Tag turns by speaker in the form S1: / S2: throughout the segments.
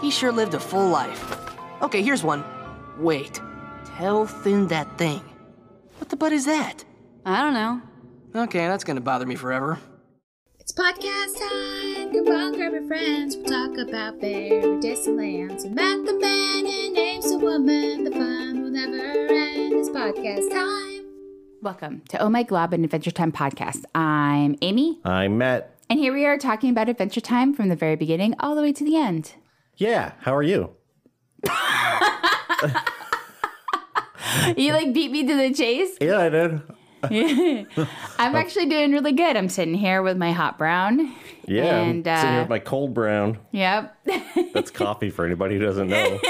S1: He sure lived a full life. Okay, here's one. Wait. Tell Thin that thing. What the butt is that?
S2: I don't know.
S1: Okay, that's gonna bother me forever.
S3: It's podcast time. Come on, grab your friends. We'll talk about very distant lands. We met the man and names a woman. The fun will never end. It's podcast time.
S2: Welcome to Oh My Glob and Adventure Time podcast. I'm Amy,
S4: I met.
S2: and here we are talking about Adventure Time from the very beginning all the way to the end.
S4: Yeah, how are you?
S2: You like beat me to the chase.
S4: Yeah, I did.
S2: I'm actually doing really good. I'm sitting here with my hot brown.
S4: Yeah, I'm
S2: And, uh,
S4: sitting here with my cold brown.
S2: Yep.
S4: That's coffee for anybody who doesn't know.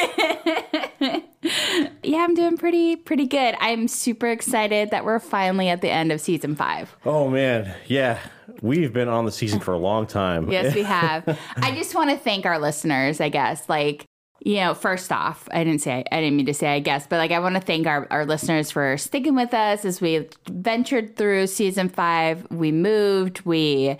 S2: yeah, I'm doing pretty pretty good. I'm super excited that we're finally at the end of season 5.
S4: Oh man, yeah, we've been on the season for a long time.
S2: Yes, we have. I just want to thank our listeners, I guess. Like, you know, first off, I didn't say, I didn't mean to say, I guess, but like, I want to thank our, our listeners for sticking with us as we ventured through season five. We moved, we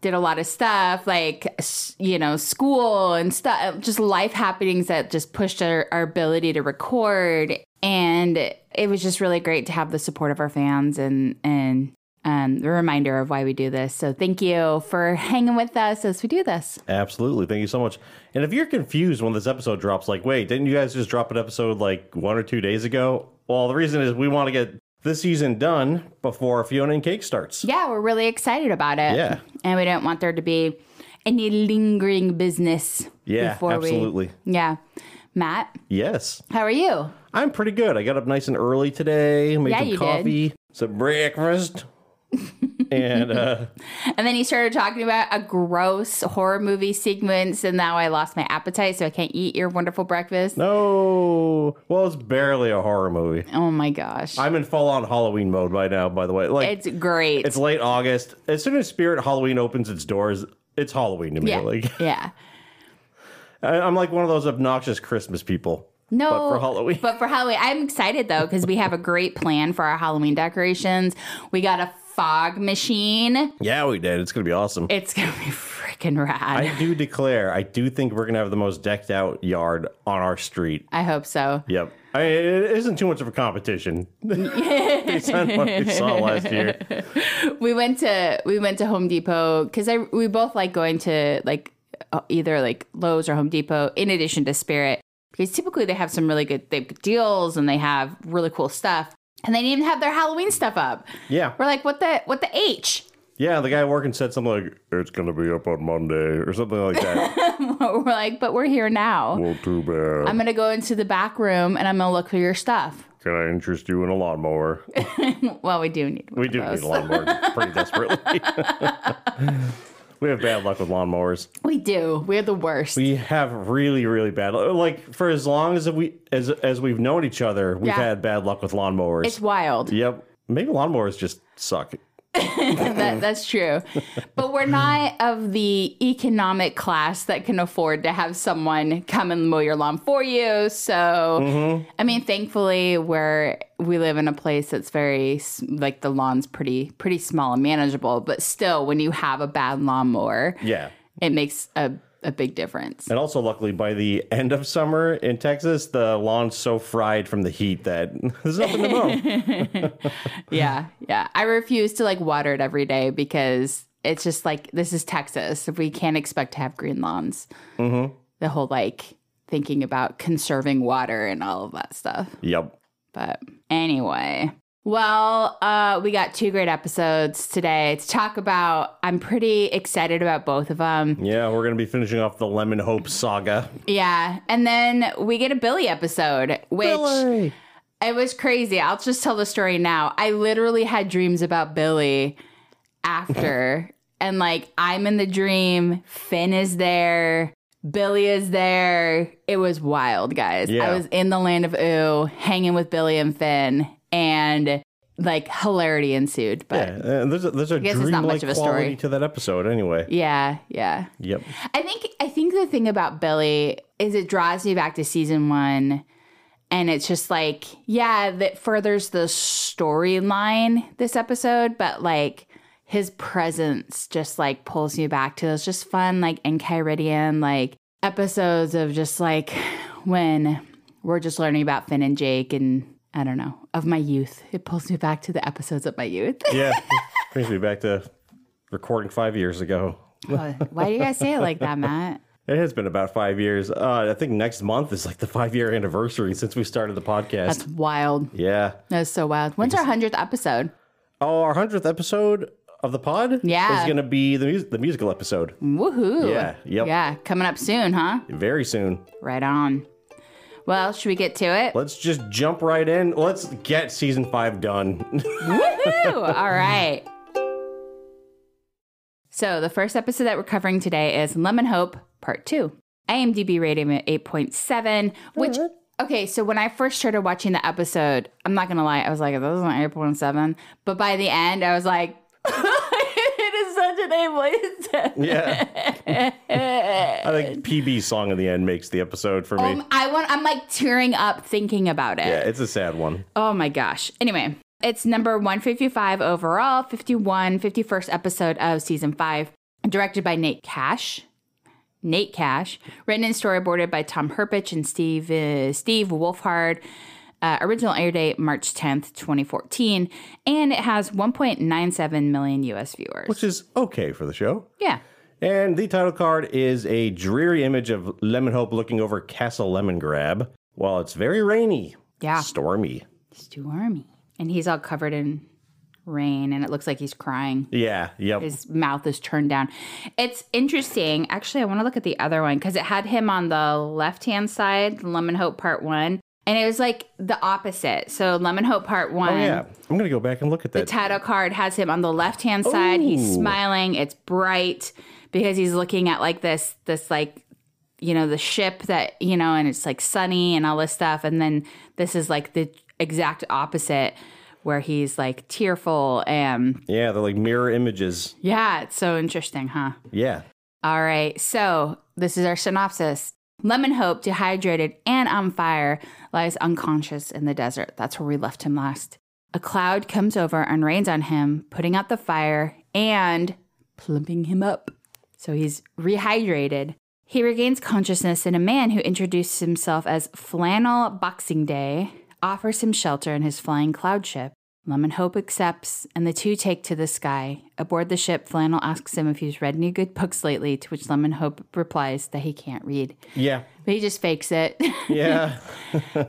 S2: did a lot of stuff, like, s- you know, school and stuff, just life happenings that just pushed our, our ability to record. And it was just really great to have the support of our fans and, and, um, the reminder of why we do this. So thank you for hanging with us as we do this.
S4: Absolutely. Thank you so much. And if you're confused when this episode drops, like, wait, didn't you guys just drop an episode like one or two days ago? Well, the reason is we want to get this season done before Fiona and Cake starts.
S2: Yeah, we're really excited about it.
S4: Yeah.
S2: And we don't want there to be any lingering business.
S4: Yeah, absolutely.
S2: We, yeah. Matt,
S4: Yes.
S2: how are you?
S4: I'm pretty good. I got up nice and early today, made
S2: Yeah,
S4: some
S2: you did.
S4: coffee, some breakfast. and uh
S2: And then he started talking about a gross horror movie sequence, and now I lost my appetite, so I can't eat your wonderful breakfast.
S4: no well it's barely a horror movie.
S2: Oh my gosh.
S4: I'm in full on Halloween mode by now, by the way. Like
S2: it's great.
S4: it's late August. As soon as Spirit Halloween opens its doors, it's Halloween to me.
S2: yeah.
S4: Like
S2: yeah.
S4: I- I'm like one of those obnoxious Christmas people.
S2: No,
S4: But for Halloween.
S2: But for Halloween, I'm excited though because we have a great plan for our Halloween decorations. We got a fog machine.
S4: Yeah, we did. It's going to be awesome.
S2: It's gonna be freaking rad.
S4: I do declare, I do think we're going to have the most decked out yard on our street.
S2: I, hope so.
S4: Yep. I mean, it isn't too much of a competition based on what we saw last year.
S2: We went to we went to Home Depot because I we both like going to like uh, either like Lowe's or Home Depot in addition to Spirit because typically they have some really good they have deals and they have really cool stuff and they didn't even have their Halloween stuff up.
S4: Yeah.
S2: We're like, what the what the H?
S4: Yeah, the guy working said something like, it's going to be up on Monday or something like that.
S2: We're like, but we're here now.
S4: well, too bad.
S2: I'm gonna go into the back room and I'm gonna look for your stuff.
S4: Can I interest you in a lawnmower?
S2: Well, we do need. One
S4: We
S2: of
S4: do need
S2: those.
S4: a lawnmower pretty desperately. we have bad luck with lawnmowers.
S2: We do. We're the worst.
S4: We have really, really bad luck. Like for as long as we as as we've known each other, we've
S2: Yeah.
S4: had bad luck with lawnmowers.
S2: it's wild.
S4: yep. Maybe lawnmowers just suck.
S2: That, that's true. But we're not of the economic class that can afford to have someone come and mow your lawn for you. So,
S4: Mm-hmm.
S2: I mean, thankfully, we're we live in a place that's very s- like the lawn's pretty pretty small and manageable. But still, when you have a bad lawnmower,
S4: Yeah.
S2: it makes a a big difference.
S4: And also, luckily, by the end of summer in Texas, the lawn's so fried from the heat that there's nothing to mow.
S2: Yeah, yeah. I refuse to like water it every day because it's just like this is Texas. We can't expect to have green lawns. The whole like thinking about conserving water and all of that stuff.
S4: yep.
S2: But anyway. Well, uh, we got two great episodes today to talk about. I'm pretty excited about both of them.
S4: Yeah, we're gonna be finishing off the Lemon Hope saga.
S2: Yeah. And then we get a Billy episode, which
S4: Billy!
S2: It was crazy. I'll just tell the story now. I literally had dreams about Billy after, and like I'm in the dream. Finn is there. Billy is there. It was wild, guys.
S4: Yeah.
S2: I was in the land of ooh, hanging with Billy and Finn, and like hilarity ensued.
S4: Yeah,
S2: But
S4: and there's a, there's a
S2: guess it's not
S4: dreamlike
S2: much of a story.
S4: quality to that episode, anyway.
S2: yeah, yeah.
S4: Yep.
S2: I think I think the thing about Billy is it draws me back to season one, and it's just like yeah, that furthers the storyline this episode, but like his presence just like pulls me back to those just fun like Enchiridion like episodes of just like when we're just learning about Finn and Jake and I don't know, of my youth. It pulls me back to the episodes of my youth.
S4: Yeah. Brings me back to recording five years ago.
S2: Why do you guys say it like that, Matt?
S4: It has been about five years. Uh, I think next month is like the five year anniversary since we started the podcast.
S2: That's wild.
S4: yeah.
S2: That's so wild. When's our 100th episode?
S4: Oh, our hundredth episode of the pod.
S2: Yeah.
S4: is going to be the mus- the musical episode
S2: Woohoo.
S4: Yeah, yep.
S2: Yeah, coming up soon, huh?
S4: very soon.
S2: Right on. Well, should we get to it?
S4: Let's just jump right in. Let's get season five done.
S2: Woohoo! All right. So, the first episode that we're covering today is Lemon Hope Part 2. IMDb rating at 8.7, which, okay, so when I first started watching the episode, I'm not gonna lie, I was like, this is an 8.7. But by the end, I was like, it is such an 8.7.
S4: yeah, I think PB song in the end makes the episode for me.
S2: Um, I want, I'm like tearing up thinking about it.
S4: yeah, it's a sad one.
S2: Oh my gosh. Anyway, it's number 155 overall, 51, 51st episode of season five, directed by Nate Cash. Nate Cash, written and storyboarded by Tom Herpich and Steve uh, Steve Wolfhard. Uh, original air date March 10th, 2014, and it has 1.97 million US viewers.
S4: which is okay for the show.
S2: yeah.
S4: And the title card is a dreary image of Lemon Hope looking over Castle Lemon Grab while it's very rainy.
S2: Yeah.
S4: Stormy.
S2: Stormy. And he's all covered in rain and it looks like he's crying.
S4: Yeah, yep.
S2: his mouth is turned down. It's interesting. Actually, I want to look at the other one because it had him on the left hand side, Lemon Hope Part One, and it was like the opposite. So Lemon Hope Part One,
S4: oh, yeah. I'm going to go back and look at that.
S2: title card has him on the left hand side. He's
S4: Ooh.
S2: smiling. It's bright because he's looking at like this, this like. You know, the ship that, you know, and it's like sunny and all this stuff. And then this is like the exact opposite where he's like tearful and
S4: yeah, they're like mirror images.
S2: yeah, it's so interesting, huh?
S4: Yeah.
S2: All right, so this is our synopsis. Lemon Hope, dehydrated and on fire, lies unconscious in the desert. That's where we left him last. A cloud comes over and rains on him, putting out the fire and plumping him up. So he's rehydrated. He regains consciousness, and a man who introduces himself as Flannel Boxing Day offers him shelter in his flying cloud ship. Lemon Hope accepts, and the two take to the sky. Aboard the ship, Flannel asks him if he's read any good books lately, to which Lemon Hope replies that he can't read.
S4: Yeah.
S2: But he just fakes it.
S4: Yeah.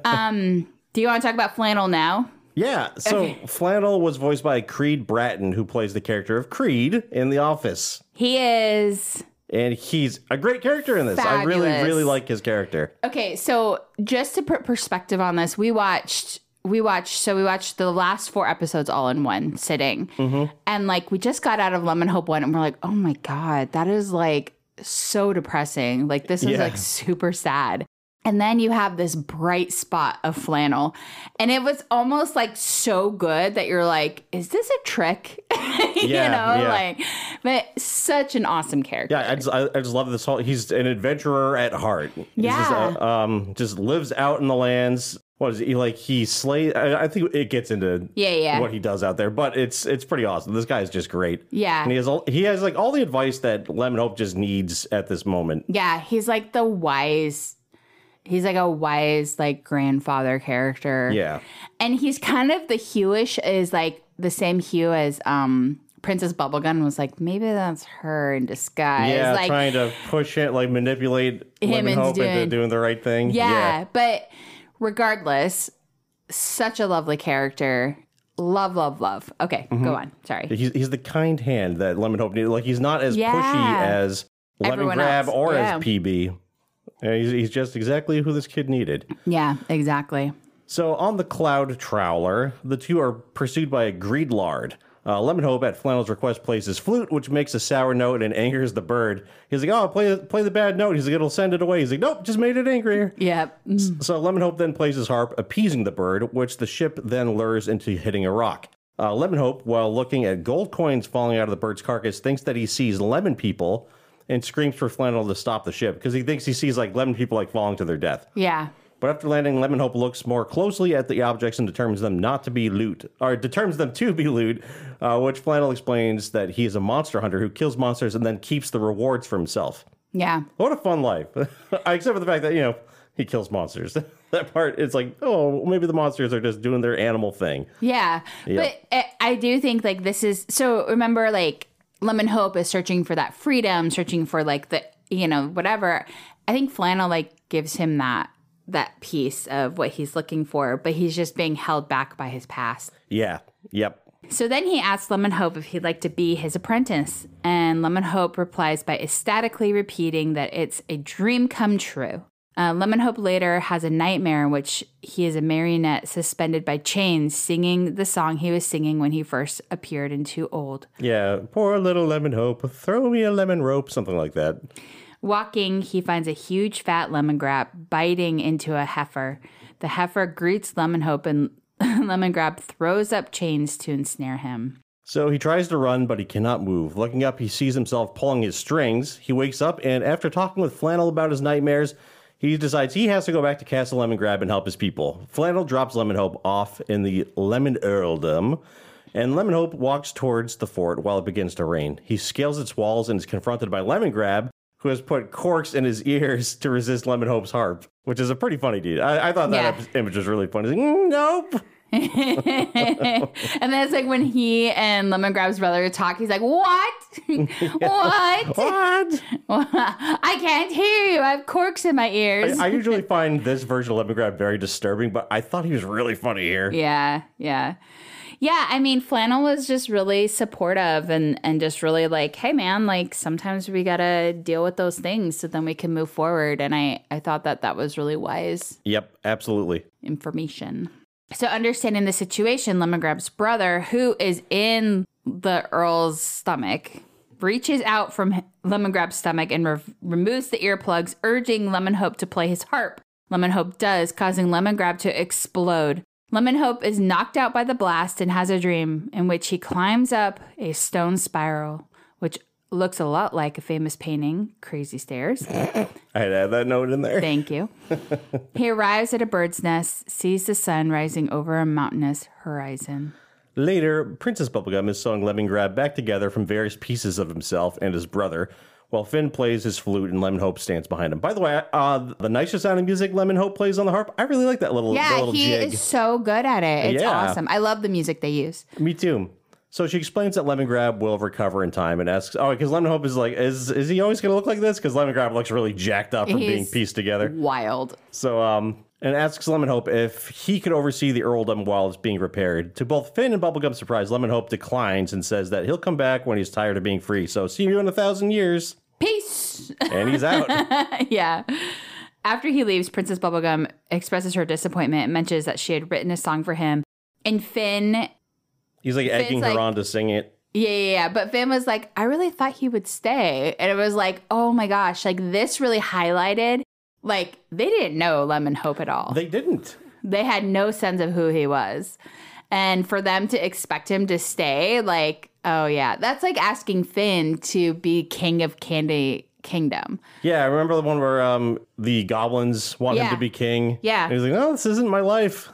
S2: Do you want to talk about Flannel now?
S4: yeah. So Flannel was voiced by Creed Bratton, who plays the character of Creed in The Office.
S2: He is.
S4: And he's a great character in this. I really,
S2: Fabulous.
S4: really like his character.
S2: Okay, so just to put perspective on this, we watched we watched so we watched the last four episodes all in one sitting,
S4: Mm-hmm.
S2: and like we just got out of Lemon Hope one, and we're like, oh my god, that is like so depressing. Like this is
S4: Yeah.
S2: like super sad. And then you have this bright spot of flannel. And it was almost like so good that you're like, is this a trick? you
S4: Yeah,
S2: know,
S4: yeah.
S2: like, but such an awesome character.
S4: Yeah, I just, I, I just love this whole. He's an adventurer at heart. He's
S2: Yeah.
S4: just, uh, um, just lives out in the lands. What is he like? He slays. I, I think it gets into
S2: Yeah, yeah.
S4: what he does out there, but it's it's pretty awesome. This guy is just great.
S2: Yeah.
S4: and he has all he has like all the advice that Lemon Hope just needs at this moment.
S2: Yeah, he's like the wise. He's like a wise like grandfather character.
S4: Yeah,
S2: And he's kind of the hewish is like the same hue as um Princess Bubblegum was like maybe that's her in disguise.
S4: yeah,
S2: like
S4: trying to push it, like manipulate
S2: Him
S4: Lemon
S2: into
S4: Hope
S2: doing-
S4: into doing the right thing.
S2: yeah, but regardless, such a lovely character. Love, love, love. Okay,
S4: Mm-hmm.
S2: go on. Sorry.
S4: He's, he's the kind hand that Lemon Hope needed. Like he's not as
S2: Yeah.
S4: pushy as Lemon
S2: Everyone
S4: Grab
S2: else.
S4: or
S2: Yeah.
S4: as PB. And he's, he's just exactly who this kid needed.
S2: Yeah, exactly.
S4: So on the Cloud Trowler, the two are pursued by a Greedlard. Uh, Lemon Hope at Flannel's request plays his flute, which makes a sour note and angers the bird. He's like, "Oh, play play the bad note." He's like, "It'll send it away." He's like, "Nope, just made it angrier."
S2: Yeah.
S4: So Lemon Hope then plays his harp, appeasing the bird, which the ship then lures into hitting a rock. Uh, Lemon Hope, while looking at gold coins falling out of the bird's carcass, thinks that he sees lemon people and screams for Flannel to stop the ship because he thinks he sees like lemon people like falling to their death.
S2: Yeah.
S4: But after landing, Lemon Hope looks more closely at the objects and determines them not to be loot, or determines them to be loot, uh, which Flannel explains that he is a monster hunter who kills monsters and then keeps the rewards for himself.
S2: Yeah.
S4: What a fun life. Except for the fact that, you know, he kills monsters. that part, it's like, oh, maybe the monsters are just doing their animal thing.
S2: Yeah.
S4: Yep.
S2: But I- I do think like this is so remember like Lemon Hope is searching for that freedom, searching for like the you know whatever. I think Flannel like gives him that that piece of what he's looking for, but he's just being held back by his past.
S4: Yeah. Yep.
S2: So then he asks Lemon Hope if he'd like to be his apprentice, and Lemon Hope replies by ecstatically repeating that it's a dream come true. Uh, Lemon Hope later has a nightmare in which he is a marionette suspended by chains, singing the song he was singing when he first appeared in Too Old.
S4: Yeah. Poor little lemon hope. Throw me a lemon rope, something like that.
S2: Walking, he finds a huge fat lemongrab biting into a heifer. The heifer greets Lemon Hope, and Lemongrab throws up chains to ensnare him.
S4: So he tries to run, but he cannot move. Looking up, he sees himself pulling his strings. He wakes up, and after talking with Flannel about his nightmares, he decides he has to go back to Castle Lemon Grab and help his people. Flannel drops Lemon Hope off in the Lemon Earldom, and Lemon Hope walks towards the fort while it begins to rain. He scales its walls and is confronted by Lemon Grab, who has put corks in his ears to resist Lemon Hope's harp, which is a pretty funny deed. I, I thought that
S2: Yeah.
S4: ep- image was really funny. He's like, "Mm, nope.
S2: and that's like when he and Lemon Grab's brother talk, he's like, What? what?
S4: What?
S2: I can't hear you. I have corks in my ears.
S4: I I usually find this version of Lemon Grab very disturbing, but I thought he was really funny here.
S2: yeah, yeah. Yeah, I mean, Flannel was just really supportive and, and just really like, hey, man, like sometimes we got to deal with those things so then we can move forward. And I, I thought that that was really wise.
S4: Yep, absolutely.
S2: information. So, understanding the situation, Lemongrab's brother, who is in the Earl's stomach, reaches out from Lemongrab's stomach and re- removes the earplugs, urging Lemon Hope to play his harp. Lemon Hope does, causing Lemongrab to explode. Lemon Hope is knocked out by the blast and has a dream in which he climbs up a stone spiral, which looks a lot like a famous painting, Crazy Stairs.
S4: I had to add that note in there.
S2: Thank you. he arrives at a bird's nest, sees the sun rising over a mountainous horizon.
S4: Later, Princess Bubblegum is sewing Lemon Grab back together from various pieces of himself and his brother, while Finn plays his flute and Lemon Hope stands behind him. By the way, uh, the nicer sounding music Lemon Hope plays on the harp, I really like that little, that
S2: Yeah,
S4: little
S2: he
S4: jig.
S2: is so good at it. It's
S4: Yeah.
S2: awesome. I love the music they use.
S4: Me too. So she explains that Lemon Grab will recover in time and asks, oh, because Lemon Hope is like, is is he always going to look like this? Because Lemon Grab looks really jacked up from being
S2: He's-
S4: pieced together.
S2: Wild.
S4: So, um, and asks Lemon Hope if he could oversee the earldom while it's being repaired. To both Finn and Bubblegum's surprise, Lemon Hope declines and says that he'll come back when he's tired of being free. So, see you in a thousand years.
S2: Peace.
S4: And he's out.
S2: yeah. After he leaves, Princess Bubblegum expresses her disappointment and mentions that she had written a song for him. And Finn, yeah,
S4: he's like egging
S2: like-
S4: her on to sing it.
S2: yeah, yeah. But Finn was like, I really thought he would stay. And it was like, oh my gosh, like this really highlighted, like they didn't know Lemon Hope at all.
S4: They didn't.
S2: they had no sense of who he was and for them to expect him to stay like oh yeah that's like asking finn to be king of candy kingdom
S4: Yeah, I remember the one where um, the goblins want him
S2: Yeah.
S4: to be king.
S2: Yeah. Mm-hmm.
S4: And he's like, no, this isn't my life.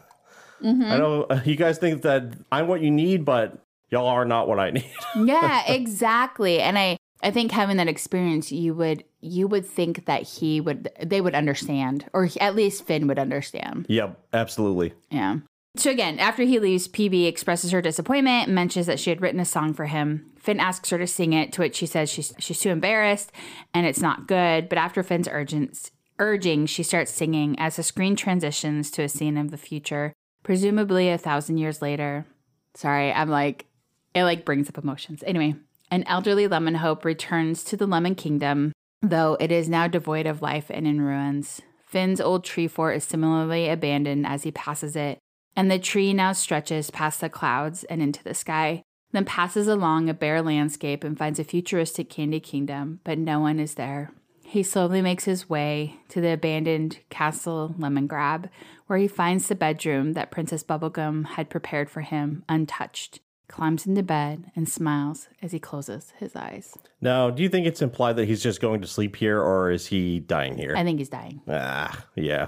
S4: I know uh, you guys think that I'm what you need, but y'all are not what I need.
S2: yeah exactly and i i think having that experience you would you would think that he would they would understand or at least finn would understand
S4: yep, absolutely.
S2: Yeah. So again, after he leaves, PB expresses her disappointment and mentions that she had written a song for him. Finn asks her to sing it, to which she says she's she's too embarrassed and it's not good. But after Finn's urgence, urging, she starts singing as the screen transitions to a scene of the future, presumably a thousand years later. Sorry, I'm like it like brings up emotions. Anyway, an elderly lemon hope returns to the lemon kingdom, though it is now devoid of life and in ruins. Finn's old tree fort is similarly abandoned as he passes it, and the tree now stretches past the clouds and into the sky, then passes along a bare landscape and finds a futuristic candy kingdom, but no one is there. He slowly makes his way to the abandoned Castle Lemon Grab, where he finds the bedroom that Princess Bubblegum had prepared for him untouched, climbs into bed, and smiles as he closes his eyes.
S4: Now, do you think it's implied that he's just going to sleep here or is he dying here?
S2: I think he's dying.
S4: Ah, yeah.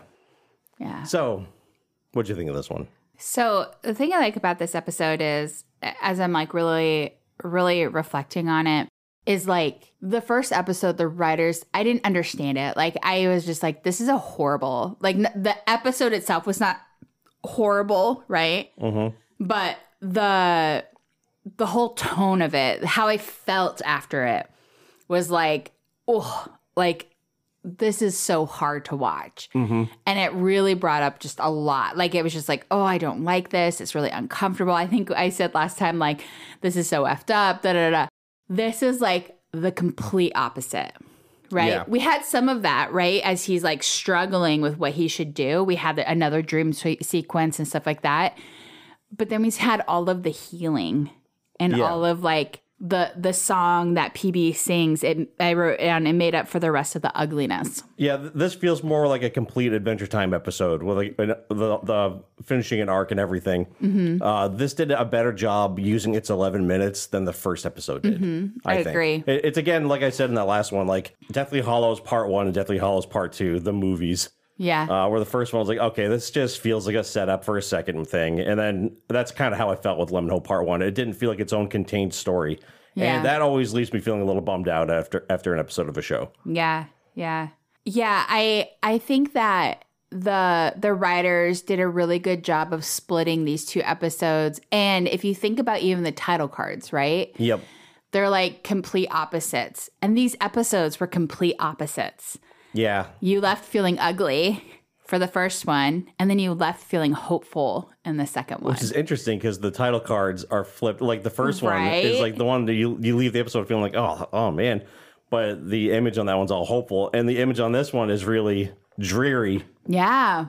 S2: Yeah.
S4: So, what'd you think of this one?
S2: So the thing I like about this episode is, as I'm like really, really reflecting on it, is like the first episode the writers i didn't understand it like i was just like this is a horrible like n- the episode itself was not horrible right
S4: Mm-hmm.
S2: but the the whole tone of it how i felt after it was like oh like this is so hard to watch
S4: Mm-hmm.
S2: and it really brought up just a lot like it was just like oh i don't like this it's really uncomfortable i think i said last time like this is so effed up da da da, da this is like the complete opposite right
S4: Yeah.
S2: we had some of that right as he's like struggling with what he should do we had another dream se- sequence and stuff like that but then we've had all of the healing and
S4: Yeah.
S2: all of like the the song that pb sings it i wrote down it made up for the rest of the ugliness
S4: Yeah, th- this feels more like a complete Adventure Time episode with like, an- the, the finishing an arc and everything.
S2: Mm-hmm.
S4: Uh, this did a better job using its 11 minutes than the first episode did.
S2: Mm-hmm. I agree.
S4: It- it's again, like I said in that last one, like Deathly Hollows Part 1 and Deathly Hollows Part 2, the movies.
S2: yeah
S4: Uh, where the first one was like, okay, this just feels like a setup for a second thing. And then that's kind of how I felt with Lemon Hole Part 1. It didn't feel like its own contained story.
S2: Yeah.
S4: And that always leaves me feeling a little bummed out after after an episode of a show.
S2: Yeah, yeah, yeah. I I think that the the writers did a really good job of splitting these two episodes. And if you think about even the title cards, right?
S4: Yep.
S2: They're like complete opposites, and these episodes were complete opposites.
S4: Yeah.
S2: You left feeling ugly for the first one, and then you left feeling hopeful in the second one.
S4: Which is interesting because the title cards are flipped. Like the first one
S2: Right.
S4: is like the one that you you leave the episode feeling like, oh, oh man. But the image on that one's all hopeful, and the image on this one is really dreary.
S2: yeah,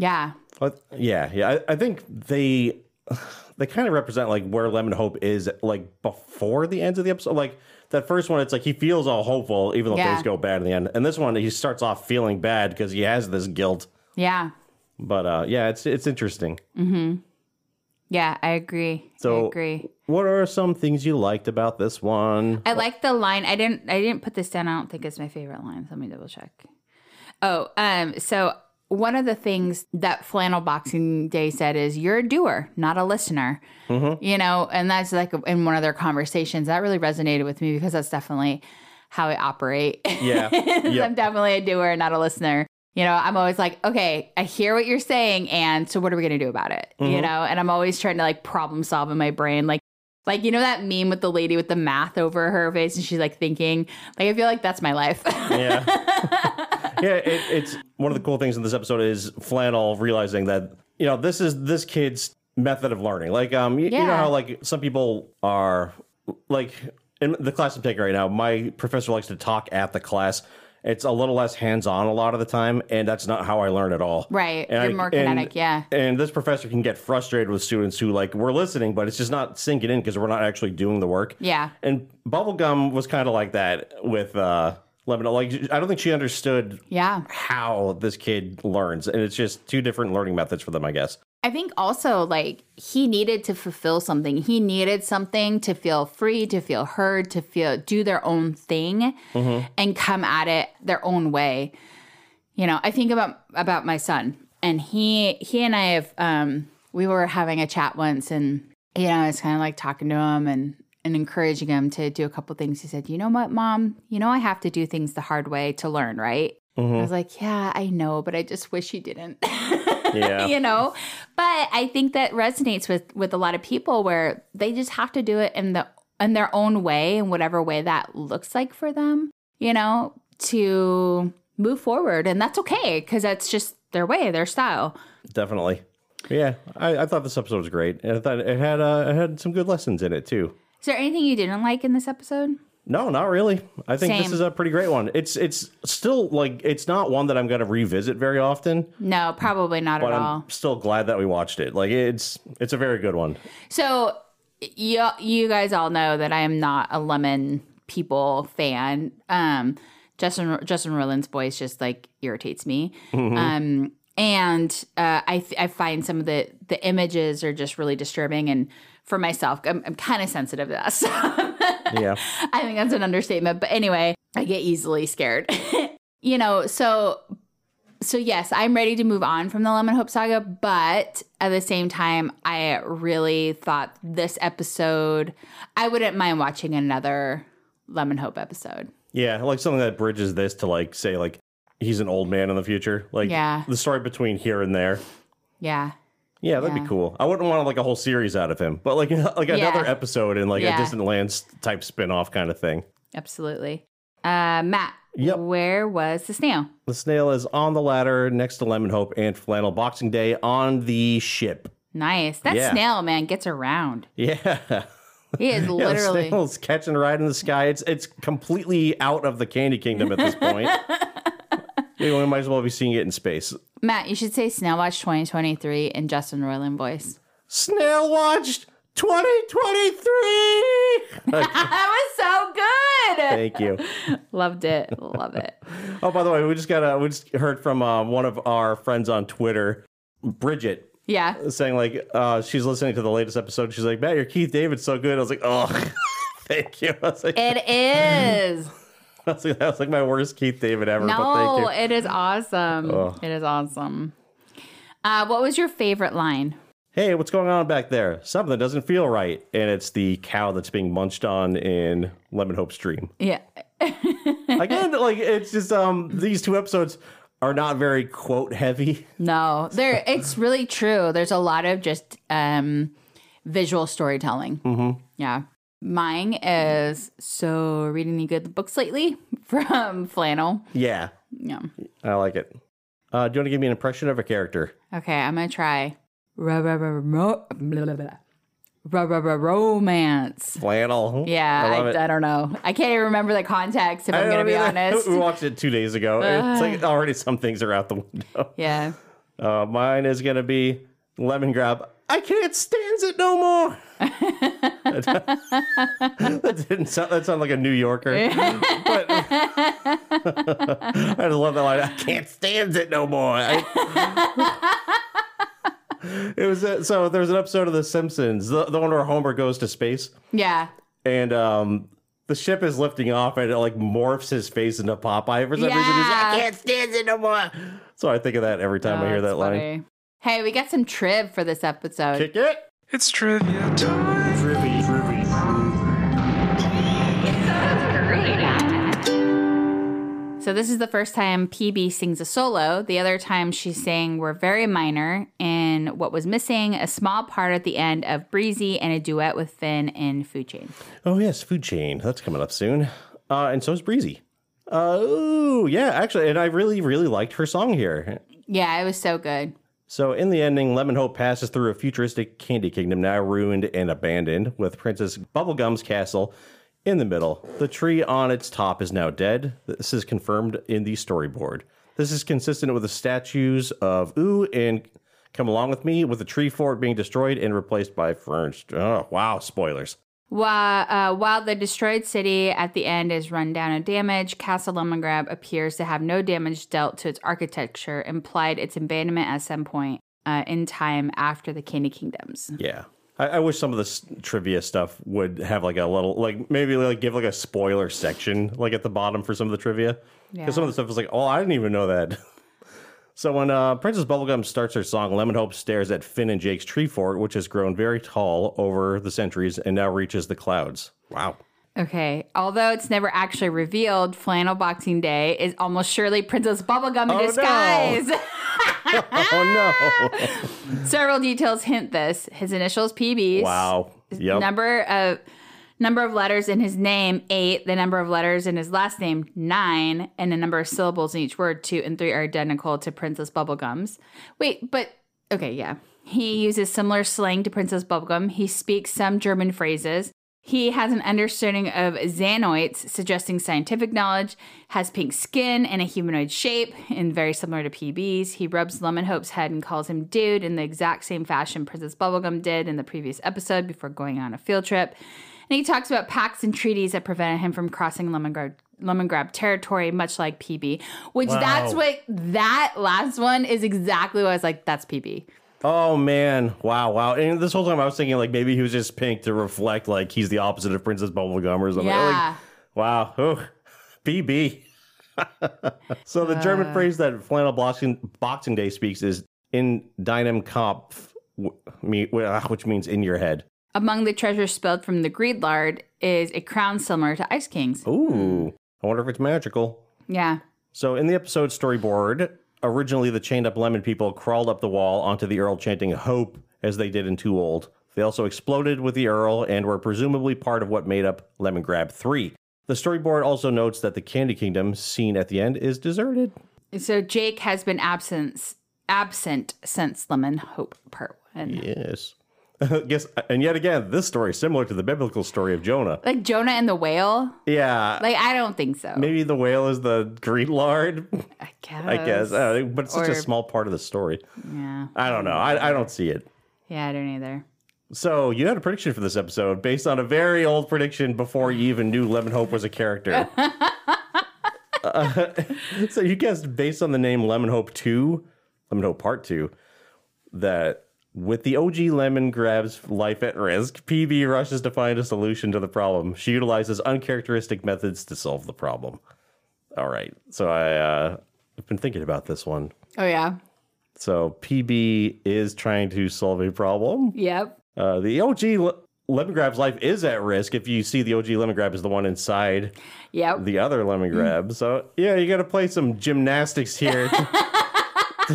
S2: yeah,
S4: But yeah, yeah, I, I think they they kind of represent like where Lemon Hope is like before the end of the episode. Like that first one, it's like he feels all hopeful even though
S2: Yeah.
S4: things go bad in the end. And this one, he starts off feeling bad because he has this guilt.
S2: yeah,
S4: But uh, yeah, it's it's interesting.
S2: yeah. I agree.
S4: So-
S2: I agree.
S4: What are some things you liked about this one?
S2: I like the line. I didn't. I didn't put this down. I don't think it's my favorite line. So let me double check. Oh, um. So one of the things that Flannel Boxing Day said is, "You're a doer, not a listener."
S4: Mm-hmm.
S2: You know, and that's like in one of their conversations that really resonated with me because that's definitely how I operate.
S4: Yeah.
S2: I'm definitely a doer, not a listener. You know, I'm always like, okay, I hear what you're saying, and so what are we gonna do about it? You
S4: Mhm.
S2: know, and I'm always trying to like problem solve in my brain, like, like you know that meme with the lady with the math over her face, and she's like thinking, like I feel like that's my life.
S4: yeah. yeah, it, it's one of the cool things in this episode is Flannel realizing that you know this is this kid's method of learning. Like, um, y- you, know
S2: Yeah.
S4: how like some people are like in the class I'm taking right now. My professor likes to talk at the class. It's a little less hands on a lot of the time, and that's not how I learn at all.
S2: Right.
S4: And
S2: You're more kinetic, yeah.
S4: And this professor can get frustrated with students who like we're listening, but it's just not sinking in because we're not actually doing the work.
S2: Yeah.
S4: And bubblegum was kind of like that with uh Lebanon. Like I don't think she understood
S2: yeah.
S4: how this kid learns. And it's just two different learning methods for them, I guess.
S2: I think also like he needed to fulfill something. He needed something to feel free, to feel heard, to feel do their own thing and come at it their own way. You know, I think about about my son and he he and I have um we were having a chat once and you know, I was kind of like talking to him and and encouraging him to do a couple things. He said, "You know what, mom? You know I have to do things the hard way to learn, right?" I was like, "Yeah, I know, but I just wish you didn't."
S4: Yeah.
S2: you know but i think that resonates with with a lot of people where they just have to do it in the in their own way in whatever way that looks like for them you know to move forward and that's okay because that's just their way their style
S4: Definitely. Yeah. I, I thought this episode was great. And I thought it had uh, it had some good lessons in it too.
S2: is there anything you didn't like in this episode
S4: No, not really. I think this
S2: Same.
S4: is a pretty great one. It's it's still like it's not one that I'm gonna revisit very often,
S2: no probably not
S4: but
S2: at all
S4: I'm still glad that we watched it. Like it's it's a very good one.
S2: So you you guys all know that I am not a lemon people fan. Um, Justin Justin Roiland's voice just like irritates me. Um, and uh, I I find some of the the images are just really disturbing. And for myself, I'm, I'm kind of sensitive to that. stuff.
S4: Yeah.
S2: I think that's an understatement. But anyway, I get easily scared. you know, so so yes, I'm ready to move on from the Lemon Hope saga, but at the same time, I really thought this episode I wouldn't mind watching another Lemon Hope episode.
S4: Yeah, like something that bridges this to like say like he's an old man in the future. Like
S2: Yeah.
S4: the story between here and there.
S2: Yeah.
S4: Yeah, that'd
S2: Yeah.
S4: be cool. I wouldn't want like a whole series out of him, but like like another
S2: Yeah.
S4: episode and like
S2: Yeah.
S4: a distant lands type spin-off kind of thing.
S2: Absolutely. Uh, Matt,
S4: Yep.
S2: where was the snail?
S4: The snail is on the ladder next to Lemon Hope and Flannel Boxing Day on the ship.
S2: Nice. That
S4: Yeah.
S2: snail, man, gets around.
S4: Yeah.
S2: He is
S4: Yeah,
S2: literally.
S4: the snail's catching a ride in the sky. It's it's completely out of the candy kingdom at this point. yeah, we might as well be seeing it in space.
S2: Matt, you should say Snail Watch 2023 in Justin Roiland voice.
S4: Snail watched 2023.
S2: that was so good.
S4: Thank you.
S2: Loved it. Love it.
S4: Oh, by the way, we just got a, we just heard from uh, one of our friends on Twitter, Bridget,
S2: Yeah.
S4: saying like uh, she's listening to the latest episode. She's like, Matt, your Keith David's so good. I was like, oh, thank you. I was like,
S2: It is.
S4: I was like- that was like my worst Keith David ever. but thank
S2: No,
S4: you. Oh.
S2: it is awesome.
S4: Ugh.
S2: It is awesome. Uh, what was your favorite line?
S4: hey, what's going on back there? Something doesn't feel right. And it's the cow that's being munched on in Lemon Hope's dream.
S2: Yeah.
S4: Again, like it's just um these two episodes are not very quote heavy.
S2: No, there. It's really true. There's a lot of just um, visual storytelling.
S4: Mhm.
S2: Yeah. Mine is so reading any good books lately from Flannel.
S4: Yeah,
S2: Yeah.
S4: I like it. Uh, do you want to give me an impression of a character?
S2: Okay, I'm gonna try. Ro- ro- ro- ro- blah, blah, blah. Ro- ro- ro- Romance.
S4: Flannel.
S2: Yeah,
S4: I love
S2: I,
S4: it.
S2: I, don't know. I can't even remember the context if I'm
S4: I
S2: gonna
S4: don't
S2: be
S4: either.
S2: honest.
S4: We watched it two days ago. it's like already some things are out the window.
S2: Yeah.
S4: Uh, mine is gonna be lemon grab. I can't stand it no more. that didn't sound. That sounded like a New Yorker. but I just love that line. I can't stand it no more. I- it was uh, so. There's an episode of The Simpsons, the, the one where Homer goes to space
S2: Yeah.
S4: and um the ship is lifting off and it like morphs his face into Popeye for some reason. He's like,
S2: Yeah.
S4: I can't stand it no more. So I think of that every time I hear
S2: Oh,
S4: that
S2: that's
S4: line.
S2: funny. Hey, we got some trib for this episode.
S4: Kick it.
S5: It's trivia time.
S2: So this is the first time PB sings a solo. The other time she sang were very minor in what was missing a small part at the end of Breezy and a duet with Finn in Food Chain.
S4: Oh yes, food chain. That's coming up soon. Uh, and so is Breezy. Uh, ooh, yeah, actually, and I really, really liked her song here.
S2: Yeah, it was so good.
S4: So in the ending, Lemon Hope passes through a futuristic candy kingdom now ruined and abandoned, with Princess Bubblegum's castle in the middle. The tree on its top is now dead. This is confirmed in the storyboard. This is consistent with the statues of Ooh and Come Along With Me, with the tree fort being destroyed and replaced by furnished. Oh, wow, spoilers.
S2: While, uh, while the destroyed city at the end is run down and damaged, Castle Lemongrab appears to have no damage dealt to its architecture, implied its abandonment at some point uh, in time after the Candy Kingdoms.
S4: Yeah. I, I wish some of this trivia stuff would have like a little, like maybe like give like a spoiler section like at the bottom for some of the trivia. Because some of the stuff is like, oh, I didn't even know that. so when uh, Princess Bubblegum starts her song, Lemon Hope stares at Finn and Jake's tree fort, which has grown very tall over the centuries and now reaches the clouds. Wow.
S2: Okay. Although it's never actually revealed, Flannel Boxing Day is almost surely Princess Bubblegum in
S4: no.
S2: disguise. Ah!
S4: Oh no.
S2: Several details hint this. His initials PBs.
S4: wow. Yep.
S2: Number of number of letters in his name, eight, the number of letters in his last name, nine, and the number of syllables in each word, two and three are identical to Princess Bubblegum's. Wait, but okay, yeah. He uses similar slang to Princess Bubblegum. He speaks some German phrases. He has an understanding of Xanoids, suggesting scientific knowledge, has pink skin and a humanoid shape, and very similar to PB's. He rubs Lemon Hope's head and calls him dude in the exact same fashion Princess Bubblegum did in the previous episode before going on a field trip. And he talks about pacts and treaties that prevented him from crossing Lemon Grab, Lemon Grab territory, much like PB, which that's what that last one is exactly what I was like, that's PB.
S4: Oh man. Wow. Wow. And this whole time I was thinking like maybe he was just pink to reflect like he's the opposite of Princess Bubblegum or something. Like,
S2: Yeah.
S4: Wow. Ooh. BB. so the German phrase that Flannel Boxing, Boxing Day speaks is in deinem Kopf, wh- me- wh- ah, which means in your head.
S2: Among the treasure spilled from the Greedlard is a crown similar to Ice King's.
S4: Oh. Ooh, I wonder if it's magical.
S2: Yeah.
S4: So in the episode storyboard, originally the chained up lemon people crawled up the wall onto the Earl chanting hope as they did in Too Old. They also exploded with the Earl and were presumably part of what made up Lemon Grab 3. The storyboard also notes that the Candy Kingdom seen at the end is deserted.
S2: So Jake has been absent absent since Lemon Hope Part One.
S4: Yes. yes, and yet again, this story is similar to the biblical story of Jonah.
S2: Like Jonah and the whale.
S4: Yeah,
S2: Like I don't think so.
S4: maybe the whale is the green lard,
S2: I guess.
S4: I guess. uh, I don't know, but it's such
S2: Or-
S4: a small part of the story.
S2: Yeah.
S4: I don't know. I, I don't see it.
S2: Yeah, I don't either.
S4: So you had a prediction for this episode based on a very old prediction before you even knew Lemon Hope was a character. Uh, so you guessed based on the name Lemon Hope 2, Lemon Hope Part 2, that with the OG Lemon grab's life at risk, PB rushes to find a solution to the problem. She utilizes uncharacteristic methods to solve the problem. All right. So I, uh, I've been thinking about this one.
S2: Oh yeah.
S4: So PB is trying to solve a problem.
S2: Yep.
S4: Uh, the OG le- lemon grab's life is at risk if you see the OG lemon grab is the one inside
S2: Yep.
S4: the other lemon
S2: Mm.
S4: grab. So yeah, you got to play some gymnastics here.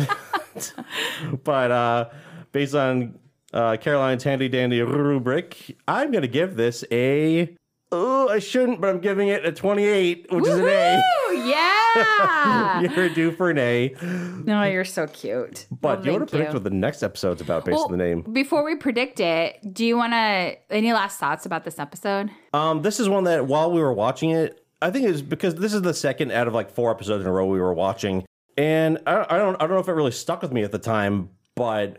S4: but uh, based on uh, Caroline's handy dandy rubric, I'm gonna give this a. Oh, I shouldn't, but I'm giving it a 28, which is an A.
S2: Woo! Yeah.
S4: You're due for an A.
S2: No, you're so cute.
S4: But you want
S2: Oh, thank
S4: to predict what the next episode's about based
S2: Well,
S4: on the name.
S2: Before we predict it, do you want to any last thoughts about this episode?
S4: Um, this is one that while we were watching it, I think it's because this is the second out of like four episodes in a row we were watching, and I, I don't I don't know if it really stuck with me at the time, but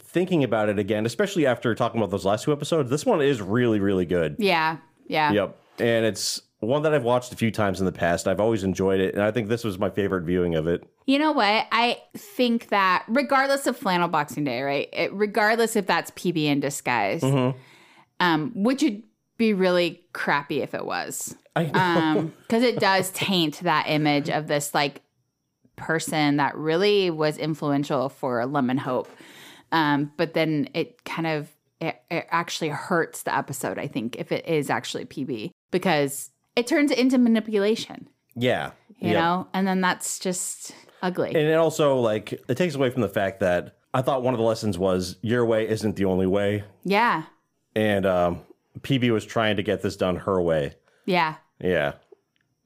S4: thinking about it again, especially after talking about those last two episodes, this one is really really good.
S2: Yeah. Yeah.
S4: Yep, and it's one that I've watched a few times in the past. I've always enjoyed it, and I think this was my favorite viewing of it.
S2: You know what? I think that regardless of flannel boxing day, right? It, regardless if that's PB in disguise,
S4: Mm-hmm.
S2: um, which would be really crappy if it was.
S4: I know.
S2: Um, because it does taint that image of this like person that really was influential for Lemon Hope. Um, but then it kind of it, it actually hurts the episode, I think, if it is actually PB because it turns it into manipulation,
S4: yeah,
S2: you
S4: Yep.
S2: know? And then that's just ugly.
S4: And it also like it takes away from the fact that I thought one of the lessons was your way isn't the only way.
S2: yeah.
S4: and um, PB was trying to get this done her way.
S2: Yeah.
S4: Yeah,